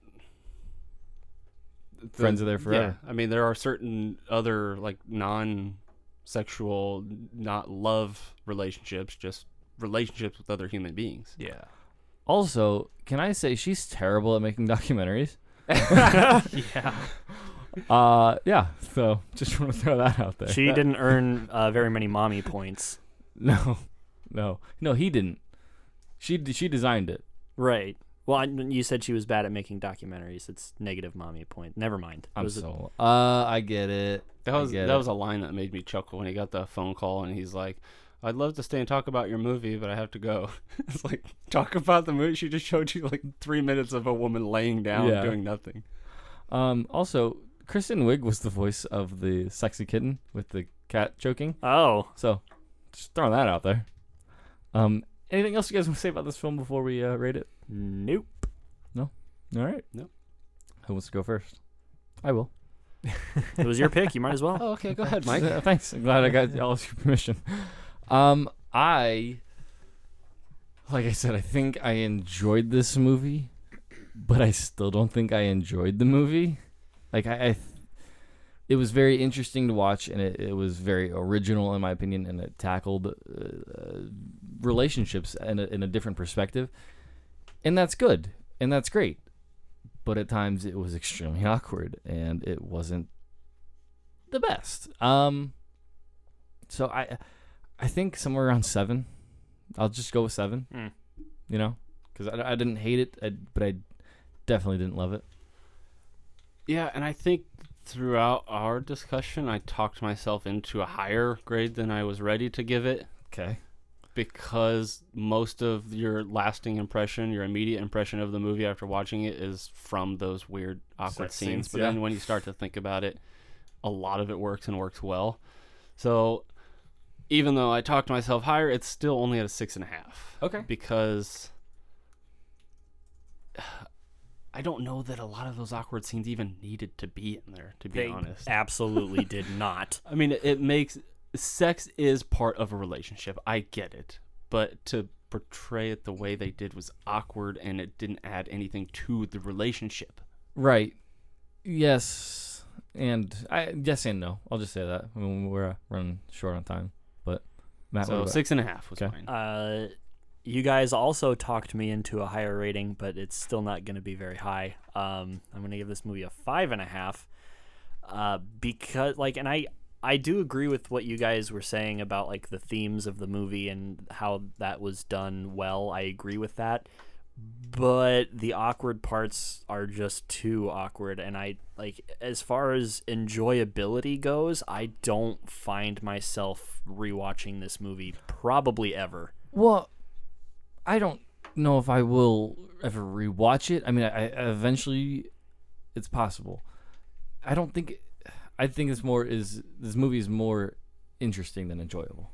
[SPEAKER 1] the-
[SPEAKER 2] Friends are there forever.
[SPEAKER 1] I mean, there are certain other like non-sexual, not love relationships, just relationships with other human beings.
[SPEAKER 4] yeah.
[SPEAKER 2] Also, can I say she's terrible at making <laughs>
[SPEAKER 3] <laughs>
[SPEAKER 2] documentaries? yeah. Uh, yeah. So just want to throw that out there.
[SPEAKER 3] She didn't earn uh, very many mommy points.
[SPEAKER 2] <laughs> no, no, no. He didn't. She d- she designed it.
[SPEAKER 3] Right. Well, I, you said she was bad at making documentaries. It's negative mommy point. Never mind. It
[SPEAKER 2] I'm
[SPEAKER 3] was a-
[SPEAKER 2] so. uh, I get it.
[SPEAKER 1] That
[SPEAKER 2] I
[SPEAKER 1] was
[SPEAKER 2] get
[SPEAKER 1] that
[SPEAKER 2] it.
[SPEAKER 1] was a line that made me chuckle when he got the phone call and he's like, I'd love to stay and talk about your movie, but I have to go. <laughs> it's like talk about the movie. She just showed you like three minutes of a woman laying down
[SPEAKER 2] Yeah.
[SPEAKER 1] doing nothing.
[SPEAKER 2] Um, also, Kristen Wiig was the voice of the sexy kitten with the cat choking.
[SPEAKER 3] Oh,
[SPEAKER 2] So, just throwing that out there. Um, anything else you guys want to say about this film before we uh, rate it?
[SPEAKER 3] nope.
[SPEAKER 2] All right.
[SPEAKER 1] Nope.
[SPEAKER 2] Who wants to go first? I will.
[SPEAKER 3] It was your pick. You might
[SPEAKER 2] <laughs>
[SPEAKER 3] as well.
[SPEAKER 1] Oh, okay, go ahead, Mike.
[SPEAKER 2] Uh, <laughs> thanks. I'm glad I got all of your permission. Um, I, like I said, I think I enjoyed this movie, but I still don't think I enjoyed the movie. Like I, I th- it was very interesting to watch, and it, it was very original in my opinion, and it tackled uh, uh, relationships in a, in a different perspective, and that's good, and that's great. But at times it was extremely <laughs> awkward, and it wasn't the best. Um, so I, I think somewhere around seven. I'll just go with seven.
[SPEAKER 1] Hmm.
[SPEAKER 3] Mm.
[SPEAKER 2] You know, because I, I didn't hate it, I, but I definitely didn't love it.
[SPEAKER 1] Yeah, and I think throughout our discussion, I talked myself into a higher grade than I was ready to give it
[SPEAKER 2] Okay.
[SPEAKER 1] because most of your lasting impression, your immediate impression of the movie after watching it is from those weird, awkward
[SPEAKER 2] Sex
[SPEAKER 1] scenes.
[SPEAKER 2] scenes,
[SPEAKER 1] But
[SPEAKER 2] yeah.
[SPEAKER 1] then when you start to think about it, a lot of it works and works well. So even though I talked myself higher, it's still only at a six and a half.
[SPEAKER 2] Okay.
[SPEAKER 1] Because <sighs> I don't know that a lot of those awkward scenes even needed to be in there, to be
[SPEAKER 3] They
[SPEAKER 1] honest.
[SPEAKER 3] absolutely did not.
[SPEAKER 1] I mean, it- it makes sex is part of a relationship. I get it, but to portray it the way they did was awkward, and it didn't add anything to the relationship.
[SPEAKER 2] Right. Yes. And I yes and no. I'll just say that. I mean, we're uh, running short on time, but Matt. what
[SPEAKER 1] So
[SPEAKER 2] about-
[SPEAKER 1] six and a half was
[SPEAKER 2] Okay.
[SPEAKER 1] mine.
[SPEAKER 3] Uh, you guys also talked me into a higher rating, but it's still not going to be very high. Um, I'm going to give this movie a five and a half. Uh, because like, and I I do agree with what you guys were saying about like the themes of the movie and how that was done well. I agree with that, but the awkward parts are just too awkward. And I like as far as enjoyability goes, I don't find myself rewatching this movie probably ever.
[SPEAKER 2] Well, I don't know if I will ever rewatch it. I mean, I, I eventually, it's possible. I don't think. I think this more is this movie is more interesting than enjoyable.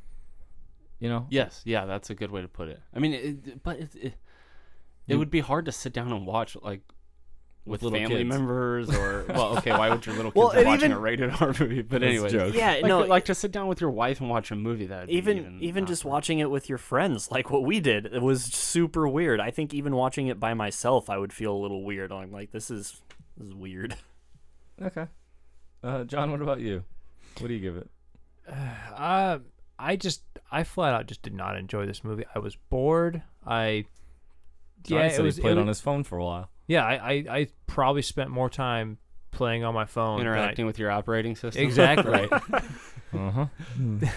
[SPEAKER 2] You know.
[SPEAKER 1] Yes, yeah, that's a good way to put it. I mean, it, but it, it, it would be hard to sit down and watch like with,
[SPEAKER 2] little
[SPEAKER 1] family
[SPEAKER 2] kids.
[SPEAKER 1] members or well, okay, why would your little kids
[SPEAKER 3] Well,
[SPEAKER 1] be
[SPEAKER 3] and
[SPEAKER 1] watching
[SPEAKER 3] even-
[SPEAKER 1] a rated R movie? But anyway,
[SPEAKER 2] joke.
[SPEAKER 3] Yeah,
[SPEAKER 1] like,
[SPEAKER 3] no,
[SPEAKER 1] like to sit down with your wife and watch a movie that
[SPEAKER 3] even even, just watching it with your friends, <laughs> like what we did, it was super weird. I think even watching it by myself, I would feel a little weird. I'm like, this is this is weird. <laughs>
[SPEAKER 2] Okay. Uh, John, what about you? What do you give it?
[SPEAKER 4] Uh, I just, I flat out just did not enjoy this movie. I was bored. I,
[SPEAKER 2] Johnny said
[SPEAKER 4] it was
[SPEAKER 2] he played
[SPEAKER 4] it
[SPEAKER 2] on
[SPEAKER 4] was-
[SPEAKER 2] his phone for a while.
[SPEAKER 4] Yeah, I, I, I probably spent more time playing on my phone than I-
[SPEAKER 1] interacting with your operating system.
[SPEAKER 2] <laughs>
[SPEAKER 4] <laughs> Exactly.
[SPEAKER 2] Uh huh.
[SPEAKER 4] <laughs>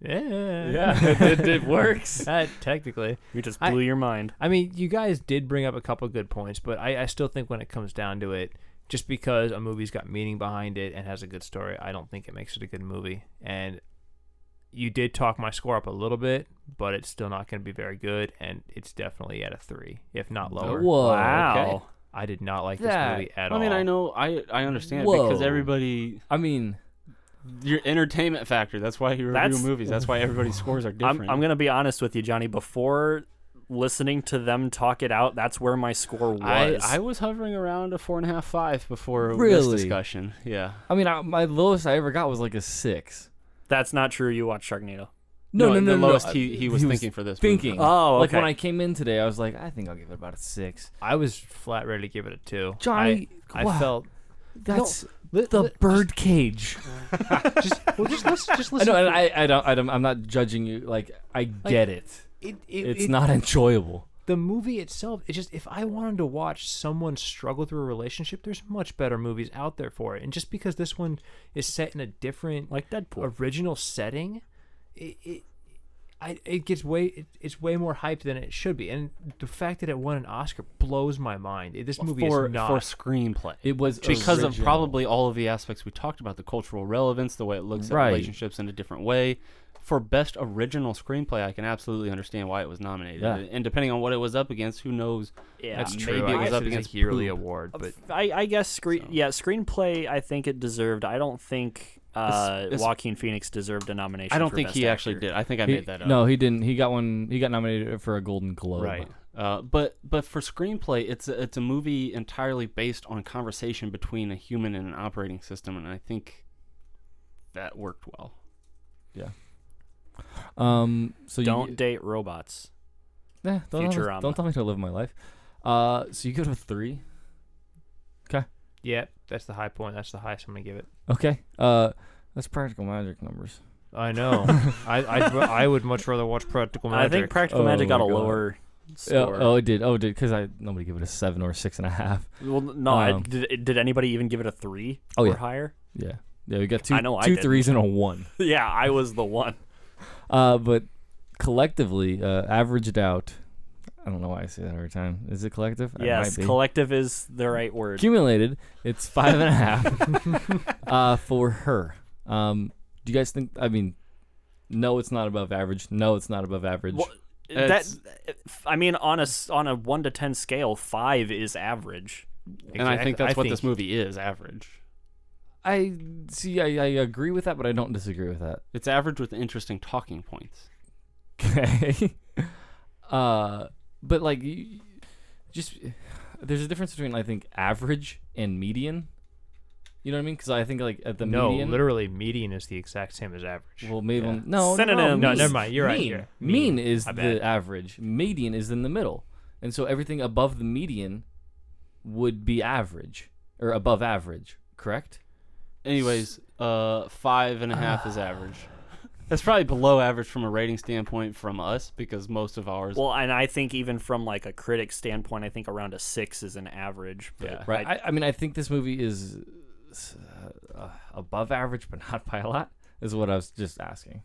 [SPEAKER 4] yeah.
[SPEAKER 2] it, it works.
[SPEAKER 4] <laughs> That technically.
[SPEAKER 3] You just
[SPEAKER 4] I-
[SPEAKER 3] blew your mind.
[SPEAKER 4] I mean, you guys did bring up a couple good points, but I, I still think when it comes down to it, just because a movie's got meaning behind it and has a good story, I don't think it makes it a good movie. And you did talk my score up a little bit, but it's still not going to be very good, and it's definitely at a three, if not lower.
[SPEAKER 2] Oh,
[SPEAKER 3] Oh,
[SPEAKER 2] Whoa.
[SPEAKER 3] wow.
[SPEAKER 4] I did not like
[SPEAKER 2] That-
[SPEAKER 4] this movie at
[SPEAKER 1] I
[SPEAKER 4] all.
[SPEAKER 1] mean, I know, I I understand because
[SPEAKER 2] Whoa.
[SPEAKER 1] everybody
[SPEAKER 2] I mean,
[SPEAKER 1] your entertainment factor. That's why you review
[SPEAKER 3] That's-
[SPEAKER 1] movies. That's why
[SPEAKER 2] <laughs>
[SPEAKER 1] everybody's scores are
[SPEAKER 3] I'm,
[SPEAKER 1] different.
[SPEAKER 3] I'm gonna be honest with you, Johnny. Before listening to them talk it out, that's where my score was.
[SPEAKER 1] I, I was hovering around a four and a half five before this
[SPEAKER 2] Really?
[SPEAKER 1] discussion. Yeah,
[SPEAKER 2] I mean, I, my lowest I ever got was like a six.
[SPEAKER 3] that's not true. You watched Sharknado.
[SPEAKER 2] No, no,
[SPEAKER 1] No,
[SPEAKER 2] no,
[SPEAKER 1] the
[SPEAKER 2] no,
[SPEAKER 1] lowest
[SPEAKER 2] I-
[SPEAKER 1] he- he was thinking for this movie. Uh,
[SPEAKER 2] Thinking.
[SPEAKER 3] Oh,
[SPEAKER 2] Like
[SPEAKER 3] okay.
[SPEAKER 2] when I came in today, I was like, I think I'll give it about a six.
[SPEAKER 4] I was flat ready to give it a two.
[SPEAKER 2] Johnny,
[SPEAKER 4] I, I
[SPEAKER 2] wow.
[SPEAKER 4] felt
[SPEAKER 2] That's
[SPEAKER 4] li-
[SPEAKER 2] the
[SPEAKER 4] li-
[SPEAKER 2] bird cage.
[SPEAKER 4] just well, just listen, <laughs> just
[SPEAKER 2] I
[SPEAKER 4] listen.
[SPEAKER 2] know, and I, I don't, I don't, I'm not judging you. Like, I get it.
[SPEAKER 4] it, it,
[SPEAKER 2] It's
[SPEAKER 4] it-
[SPEAKER 2] not enjoyable.
[SPEAKER 4] the movie itself it's just if i wanted to watch someone struggle through a relationship there's much better movies out there for it and just because this one is set in a different
[SPEAKER 3] Like Deadpool.
[SPEAKER 4] original setting it, it I, it gets way it, it's way more hyped than it should be, and the fact that it won an Oscar blows my mind. This movie
[SPEAKER 1] for
[SPEAKER 4] is not
[SPEAKER 1] for screenplay.
[SPEAKER 2] It was
[SPEAKER 1] because of
[SPEAKER 2] original.
[SPEAKER 1] probably all of the aspects we talked about, the cultural relevance, the way it looks at
[SPEAKER 2] Right.
[SPEAKER 1] relationships in a different way. for best original screenplay, I can absolutely understand why it was nominated.
[SPEAKER 2] Yeah.
[SPEAKER 1] And depending on what it was up against, who knows?
[SPEAKER 3] Yeah,
[SPEAKER 1] That's
[SPEAKER 3] Maybe
[SPEAKER 1] true.
[SPEAKER 3] it
[SPEAKER 1] I
[SPEAKER 3] was
[SPEAKER 1] guess
[SPEAKER 3] up
[SPEAKER 1] it
[SPEAKER 11] against
[SPEAKER 1] against
[SPEAKER 11] yearly
[SPEAKER 1] poop.
[SPEAKER 11] award, but
[SPEAKER 3] I, I guess screen yeah screenplay I think it deserved. I don't think uh,
[SPEAKER 1] It's- it's-
[SPEAKER 3] Joaquin Phoenix deserved a nomination.
[SPEAKER 1] I don't
[SPEAKER 3] for
[SPEAKER 1] think
[SPEAKER 3] Best
[SPEAKER 1] he
[SPEAKER 3] Actor.
[SPEAKER 1] actually did. I think I
[SPEAKER 2] He-
[SPEAKER 1] made that up.
[SPEAKER 2] No, he didn't. He got one. He got nominated for a Golden Globe.
[SPEAKER 1] Right. Uh, but but for screenplay, it's a, it's a movie entirely based on conversation between a human and an operating system, and I think that worked well.
[SPEAKER 2] Yeah. Um. So you-
[SPEAKER 3] don't date robots.
[SPEAKER 2] Yeah, don't, tell me,
[SPEAKER 3] Futurama.
[SPEAKER 2] don't tell me to live my life. Uh, so you go to three. Okay.
[SPEAKER 4] Yep, that's the high point. That's the highest I'm gonna give it.
[SPEAKER 2] Okay. Uh, that's practical magic numbers.
[SPEAKER 4] I <laughs> know. I I'd, I would much rather watch Practical
[SPEAKER 3] I
[SPEAKER 4] Magic.
[SPEAKER 3] think Practical
[SPEAKER 2] Oh
[SPEAKER 3] Magic got a
[SPEAKER 2] my God.
[SPEAKER 3] lower
[SPEAKER 2] Yeah,
[SPEAKER 3] score.
[SPEAKER 2] oh, it did. Oh, it did. Because I nobody gave it a seven or a six and a half.
[SPEAKER 3] well, no, I-
[SPEAKER 2] Um,
[SPEAKER 3] did, did anybody even give it a three
[SPEAKER 2] Oh,
[SPEAKER 3] or
[SPEAKER 2] yeah.
[SPEAKER 3] higher? <laughs>
[SPEAKER 2] Yeah. Yeah. We got two.
[SPEAKER 3] I know I
[SPEAKER 2] two
[SPEAKER 3] didn't.
[SPEAKER 2] threes and a one.
[SPEAKER 3] yeah, I was the
[SPEAKER 2] <laughs>
[SPEAKER 3] one.
[SPEAKER 2] Uh, but collectively, uh, averaged out. I don't know why I say that every time. Is it collective? It
[SPEAKER 3] yes,
[SPEAKER 2] might be.
[SPEAKER 3] collective is the right word.
[SPEAKER 2] accumulated it's five and a <laughs> half uh, for her um, do you guys think i mean no it's not above average no it's not above average
[SPEAKER 3] Well, that
[SPEAKER 1] It's-
[SPEAKER 3] I mean, on a s- on a one to ten scale, five is average.
[SPEAKER 1] And I think
[SPEAKER 4] Exactly.
[SPEAKER 1] that's
[SPEAKER 4] I
[SPEAKER 1] what this
[SPEAKER 4] think-
[SPEAKER 1] movie is average.
[SPEAKER 2] i see I, I agree with that but i don't disagree with that <laughs>
[SPEAKER 1] It's average with interesting talking points.
[SPEAKER 2] okay <laughs> uh, but like you, just there's a difference between i think average and median you know what i mean because i think like at the
[SPEAKER 4] no,
[SPEAKER 2] median
[SPEAKER 4] literally median is the exact same as average.
[SPEAKER 2] well maybe I'm- no
[SPEAKER 3] Synonyms.
[SPEAKER 2] no,
[SPEAKER 3] No,
[SPEAKER 2] mean-
[SPEAKER 4] never mind, you're right,
[SPEAKER 2] mean,
[SPEAKER 4] you're right.
[SPEAKER 2] mean
[SPEAKER 4] Mean.
[SPEAKER 2] is
[SPEAKER 4] My
[SPEAKER 2] the
[SPEAKER 4] bad.
[SPEAKER 2] average. Median is in the middle, and so everything above the median would be average or above average. Correct?
[SPEAKER 1] Anyways, uh, five and a half is
[SPEAKER 3] <sighs>
[SPEAKER 1] average. That's probably below average from a rating standpoint from us because most of ours.
[SPEAKER 3] Well, and I think even from like a critic standpoint, I think around a six is an average. But
[SPEAKER 1] Yeah.
[SPEAKER 2] Right.
[SPEAKER 3] I-
[SPEAKER 2] I, I mean, I think this movie is uh, above average, but not by a lot. Is what I was just asking.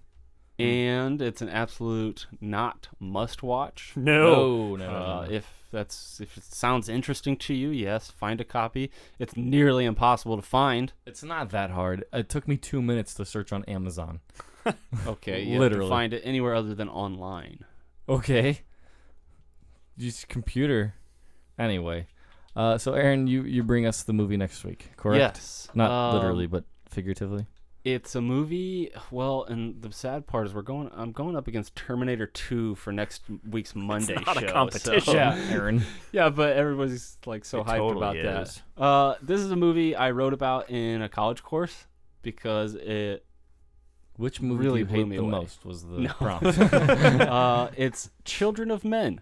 [SPEAKER 1] and it's an absolute not must
[SPEAKER 3] <laughs>
[SPEAKER 1] watch.
[SPEAKER 3] no.
[SPEAKER 4] Oh.
[SPEAKER 2] no, no,
[SPEAKER 1] Uh,
[SPEAKER 2] no.
[SPEAKER 1] if that's if it sounds interesting to you, yes, find a copy. It's nearly impossible to find.
[SPEAKER 2] It's not that hard. It took me two minutes to search on Amazon.
[SPEAKER 1] Okay, you
[SPEAKER 2] Literally.
[SPEAKER 1] literally find it anywhere other than online.
[SPEAKER 2] Okay. Just computer. Anyway, uh, so Aaron, you you bring us the movie next week, correct?
[SPEAKER 1] Yes,
[SPEAKER 2] Not
[SPEAKER 1] um,
[SPEAKER 2] literally, but
[SPEAKER 1] <laughs>
[SPEAKER 2] figuratively.
[SPEAKER 1] It's a movie. Well, and the sad part is we're going. I'm going up against Terminator 2 for next week's Monday
[SPEAKER 3] not a
[SPEAKER 1] show.
[SPEAKER 3] competition.
[SPEAKER 1] so-
[SPEAKER 2] Aaron.
[SPEAKER 1] <laughs> yeah, but everybody's like so
[SPEAKER 4] It
[SPEAKER 1] hyped
[SPEAKER 4] totally
[SPEAKER 1] about
[SPEAKER 4] is.
[SPEAKER 1] that. Uh, this is a movie I wrote about in a college course because it
[SPEAKER 2] Which movie
[SPEAKER 1] Really blew
[SPEAKER 2] do you hate
[SPEAKER 1] me
[SPEAKER 2] the
[SPEAKER 1] away.
[SPEAKER 2] most was the
[SPEAKER 1] No.
[SPEAKER 2] prompt.
[SPEAKER 1] <laughs> uh, it's Children of Men.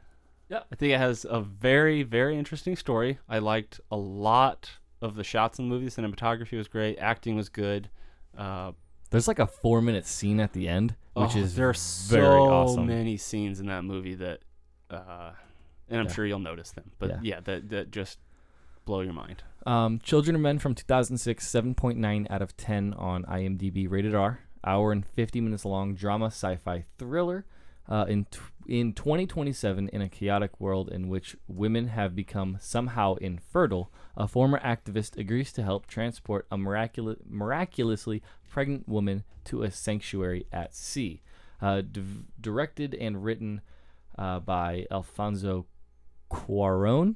[SPEAKER 2] Yeah.
[SPEAKER 1] I think it has a very, very interesting story. I liked a lot of the shots in the movie. Cinematography was great. Acting was good. Uh,
[SPEAKER 2] There's like a four minute scene at the end, which
[SPEAKER 1] oh,
[SPEAKER 2] is
[SPEAKER 1] there are
[SPEAKER 2] very
[SPEAKER 1] so
[SPEAKER 2] awesome.
[SPEAKER 1] many scenes in that movie that, uh, and I'm
[SPEAKER 2] Yeah.
[SPEAKER 1] sure you'll notice them. But
[SPEAKER 2] Yeah.
[SPEAKER 1] yeah, that that just blow your mind.
[SPEAKER 2] Um, Children of Men from 2006, 7.9 out of 10 on IMDb, rated R, hour and 50 minutes long drama, sci-fi thriller. Uh, in t- in 2027, in a chaotic world in which women have become somehow infertile, a former activist agrees to help transport a miraculous, miraculously pregnant woman to a sanctuary at sea. Uh, div directed and written uh, by Alfonso Cuaron.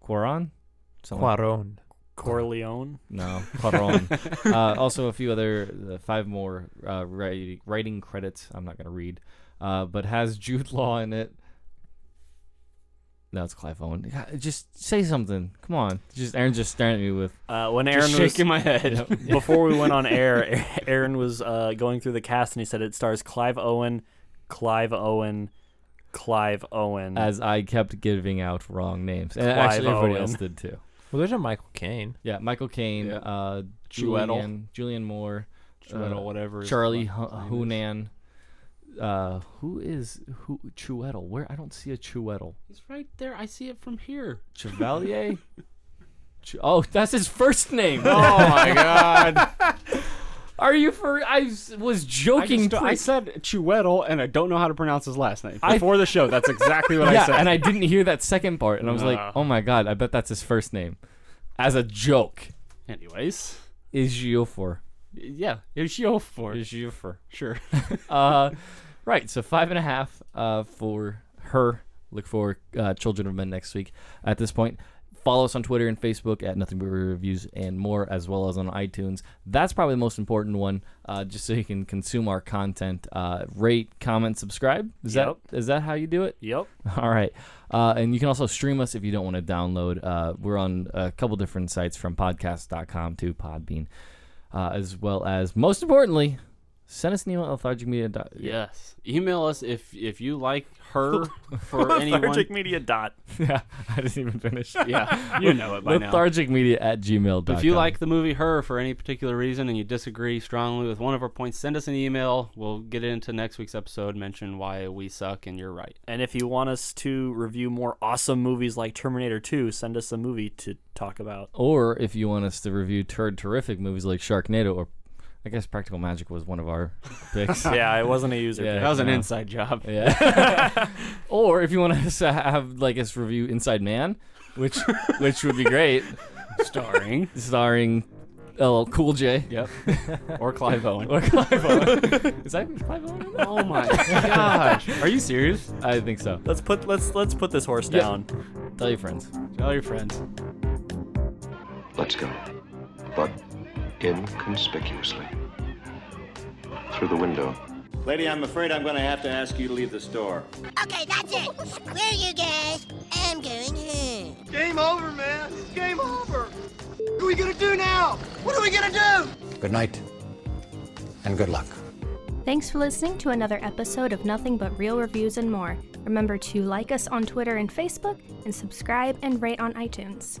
[SPEAKER 2] Cuaron? Something like-
[SPEAKER 4] Quaron.
[SPEAKER 3] Corleone.
[SPEAKER 2] no, Cuaron. uh, also, a few other uh, five more uh, writing, writing credits. I'm not going to read, uh, but has Jude Law in it. No, it's Clive Owen. God, Just say something. Come on. Just Aaron's just staring at me with.
[SPEAKER 3] Uh, when Aaron was
[SPEAKER 1] shaking my <laughs> head.
[SPEAKER 3] before we went on air, <laughs> Aaron was uh, going through the cast and he said it stars Clive Owen, Clive Owen, Clive Owen.
[SPEAKER 2] As I kept giving out wrong names, and
[SPEAKER 3] Mm. Clive
[SPEAKER 2] actually everybody
[SPEAKER 3] Owen.
[SPEAKER 2] else did too.
[SPEAKER 4] Well, there's a Michael Caine.
[SPEAKER 2] Yeah, Michael Caine,
[SPEAKER 1] Yeah.
[SPEAKER 2] uh,
[SPEAKER 1] Chiwetel.
[SPEAKER 2] Julian, Julian Moore,
[SPEAKER 1] Chiwetel,
[SPEAKER 2] uh,
[SPEAKER 1] whatever his
[SPEAKER 2] Charlie
[SPEAKER 1] last name
[SPEAKER 2] Hu-
[SPEAKER 1] is.
[SPEAKER 2] Hunan. Uh, who is who? Chuetel? Where I don't see a Chuetel.
[SPEAKER 1] It's right there. I see it from here. <laughs>
[SPEAKER 2] Chevalier? Ch- oh, that's his first name.
[SPEAKER 1] Oh
[SPEAKER 2] <laughs>
[SPEAKER 1] my god.
[SPEAKER 2] Are you for? I s- was
[SPEAKER 1] I,
[SPEAKER 2] joking.
[SPEAKER 1] just- I
[SPEAKER 2] pre-
[SPEAKER 1] said Chuetel, and I don't know how to pronounce his last name.
[SPEAKER 2] I-
[SPEAKER 1] Before the show, that's exactly what
[SPEAKER 2] yeah,
[SPEAKER 1] I said.
[SPEAKER 2] and I didn't hear that second part, and I was like,
[SPEAKER 1] Nah.
[SPEAKER 2] "Oh my god, I bet that's his first name," as a joke.
[SPEAKER 1] Anyways,
[SPEAKER 2] Is Giofor?
[SPEAKER 1] Yeah, it's your for
[SPEAKER 2] Is you for
[SPEAKER 1] <laughs> sure.
[SPEAKER 2] uh, right. So five and a half uh, for her. Look for uh, Children of Men next week. At this point, follow us on Twitter and Facebook at Nothing But Reviews and more, as well as on iTunes. That's probably the most important one, uh, just so you can consume our content. Uh, rate, comment, subscribe. Is that is that how you do it?
[SPEAKER 3] <laughs> Yep.
[SPEAKER 2] All right. Uh, and you can also stream us if you don't want to download. Uh, we're on a couple different sites from podcast.com to Podbean, uh, as well as, most importantly, send us an email at lethargicmedia. dot-
[SPEAKER 1] Yes. Email us if if you like <laughs> her for anyone.
[SPEAKER 3] Lethargic Media dot.
[SPEAKER 2] Yeah, <laughs> I didn't even finish.
[SPEAKER 1] <laughs> Yeah, you know it by now.
[SPEAKER 2] Lethargicmedia at gmail.com.
[SPEAKER 1] If you like the movie Her for any particular reason and you disagree strongly with one of our points, send us an email. We'll get it into next week's episode, mention why we suck and you're right.
[SPEAKER 3] And if you want us to review more awesome movies like Terminator 2, send us a movie to talk about.
[SPEAKER 2] Or if you want us to review turd terrific movies like Sharknado or I guess Practical Magic was one of our
[SPEAKER 1] <laughs>
[SPEAKER 2] picks.
[SPEAKER 3] Yeah, it wasn't a user.
[SPEAKER 2] Yeah.
[SPEAKER 3] pick.
[SPEAKER 1] That was an
[SPEAKER 2] Yeah.
[SPEAKER 1] inside job.
[SPEAKER 2] <laughs> or if you <laughs> want us to have like us review Inside Man, which which would be great,
[SPEAKER 1] Starring.
[SPEAKER 2] starring LL Cool J.
[SPEAKER 1] yep. Or Clive <laughs> Owen.
[SPEAKER 2] <laughs> Or Clive Owen. Is that Clive Owen? in that?
[SPEAKER 1] oh my gosh. Are you serious?
[SPEAKER 2] I think so.
[SPEAKER 3] Let's put let's let's put this horse
[SPEAKER 2] Yeah.
[SPEAKER 3] down.
[SPEAKER 2] Tell your friends.
[SPEAKER 1] Tell your friends.
[SPEAKER 11] Let's go. But inconspicuously. Through the window.
[SPEAKER 12] Lady, I'm afraid I'm going to have to ask you to leave the store.
[SPEAKER 13] Okay, that's it. Where you guys? I'm going home.
[SPEAKER 6] Game over, man. It's game over. What are we gonna do now? What are we gonna do?
[SPEAKER 14] Good night, and good luck.
[SPEAKER 9] Thanks for listening to another episode of Nothing But Real Reviews and More. Remember to like us on Twitter and Facebook, and subscribe and rate on iTunes.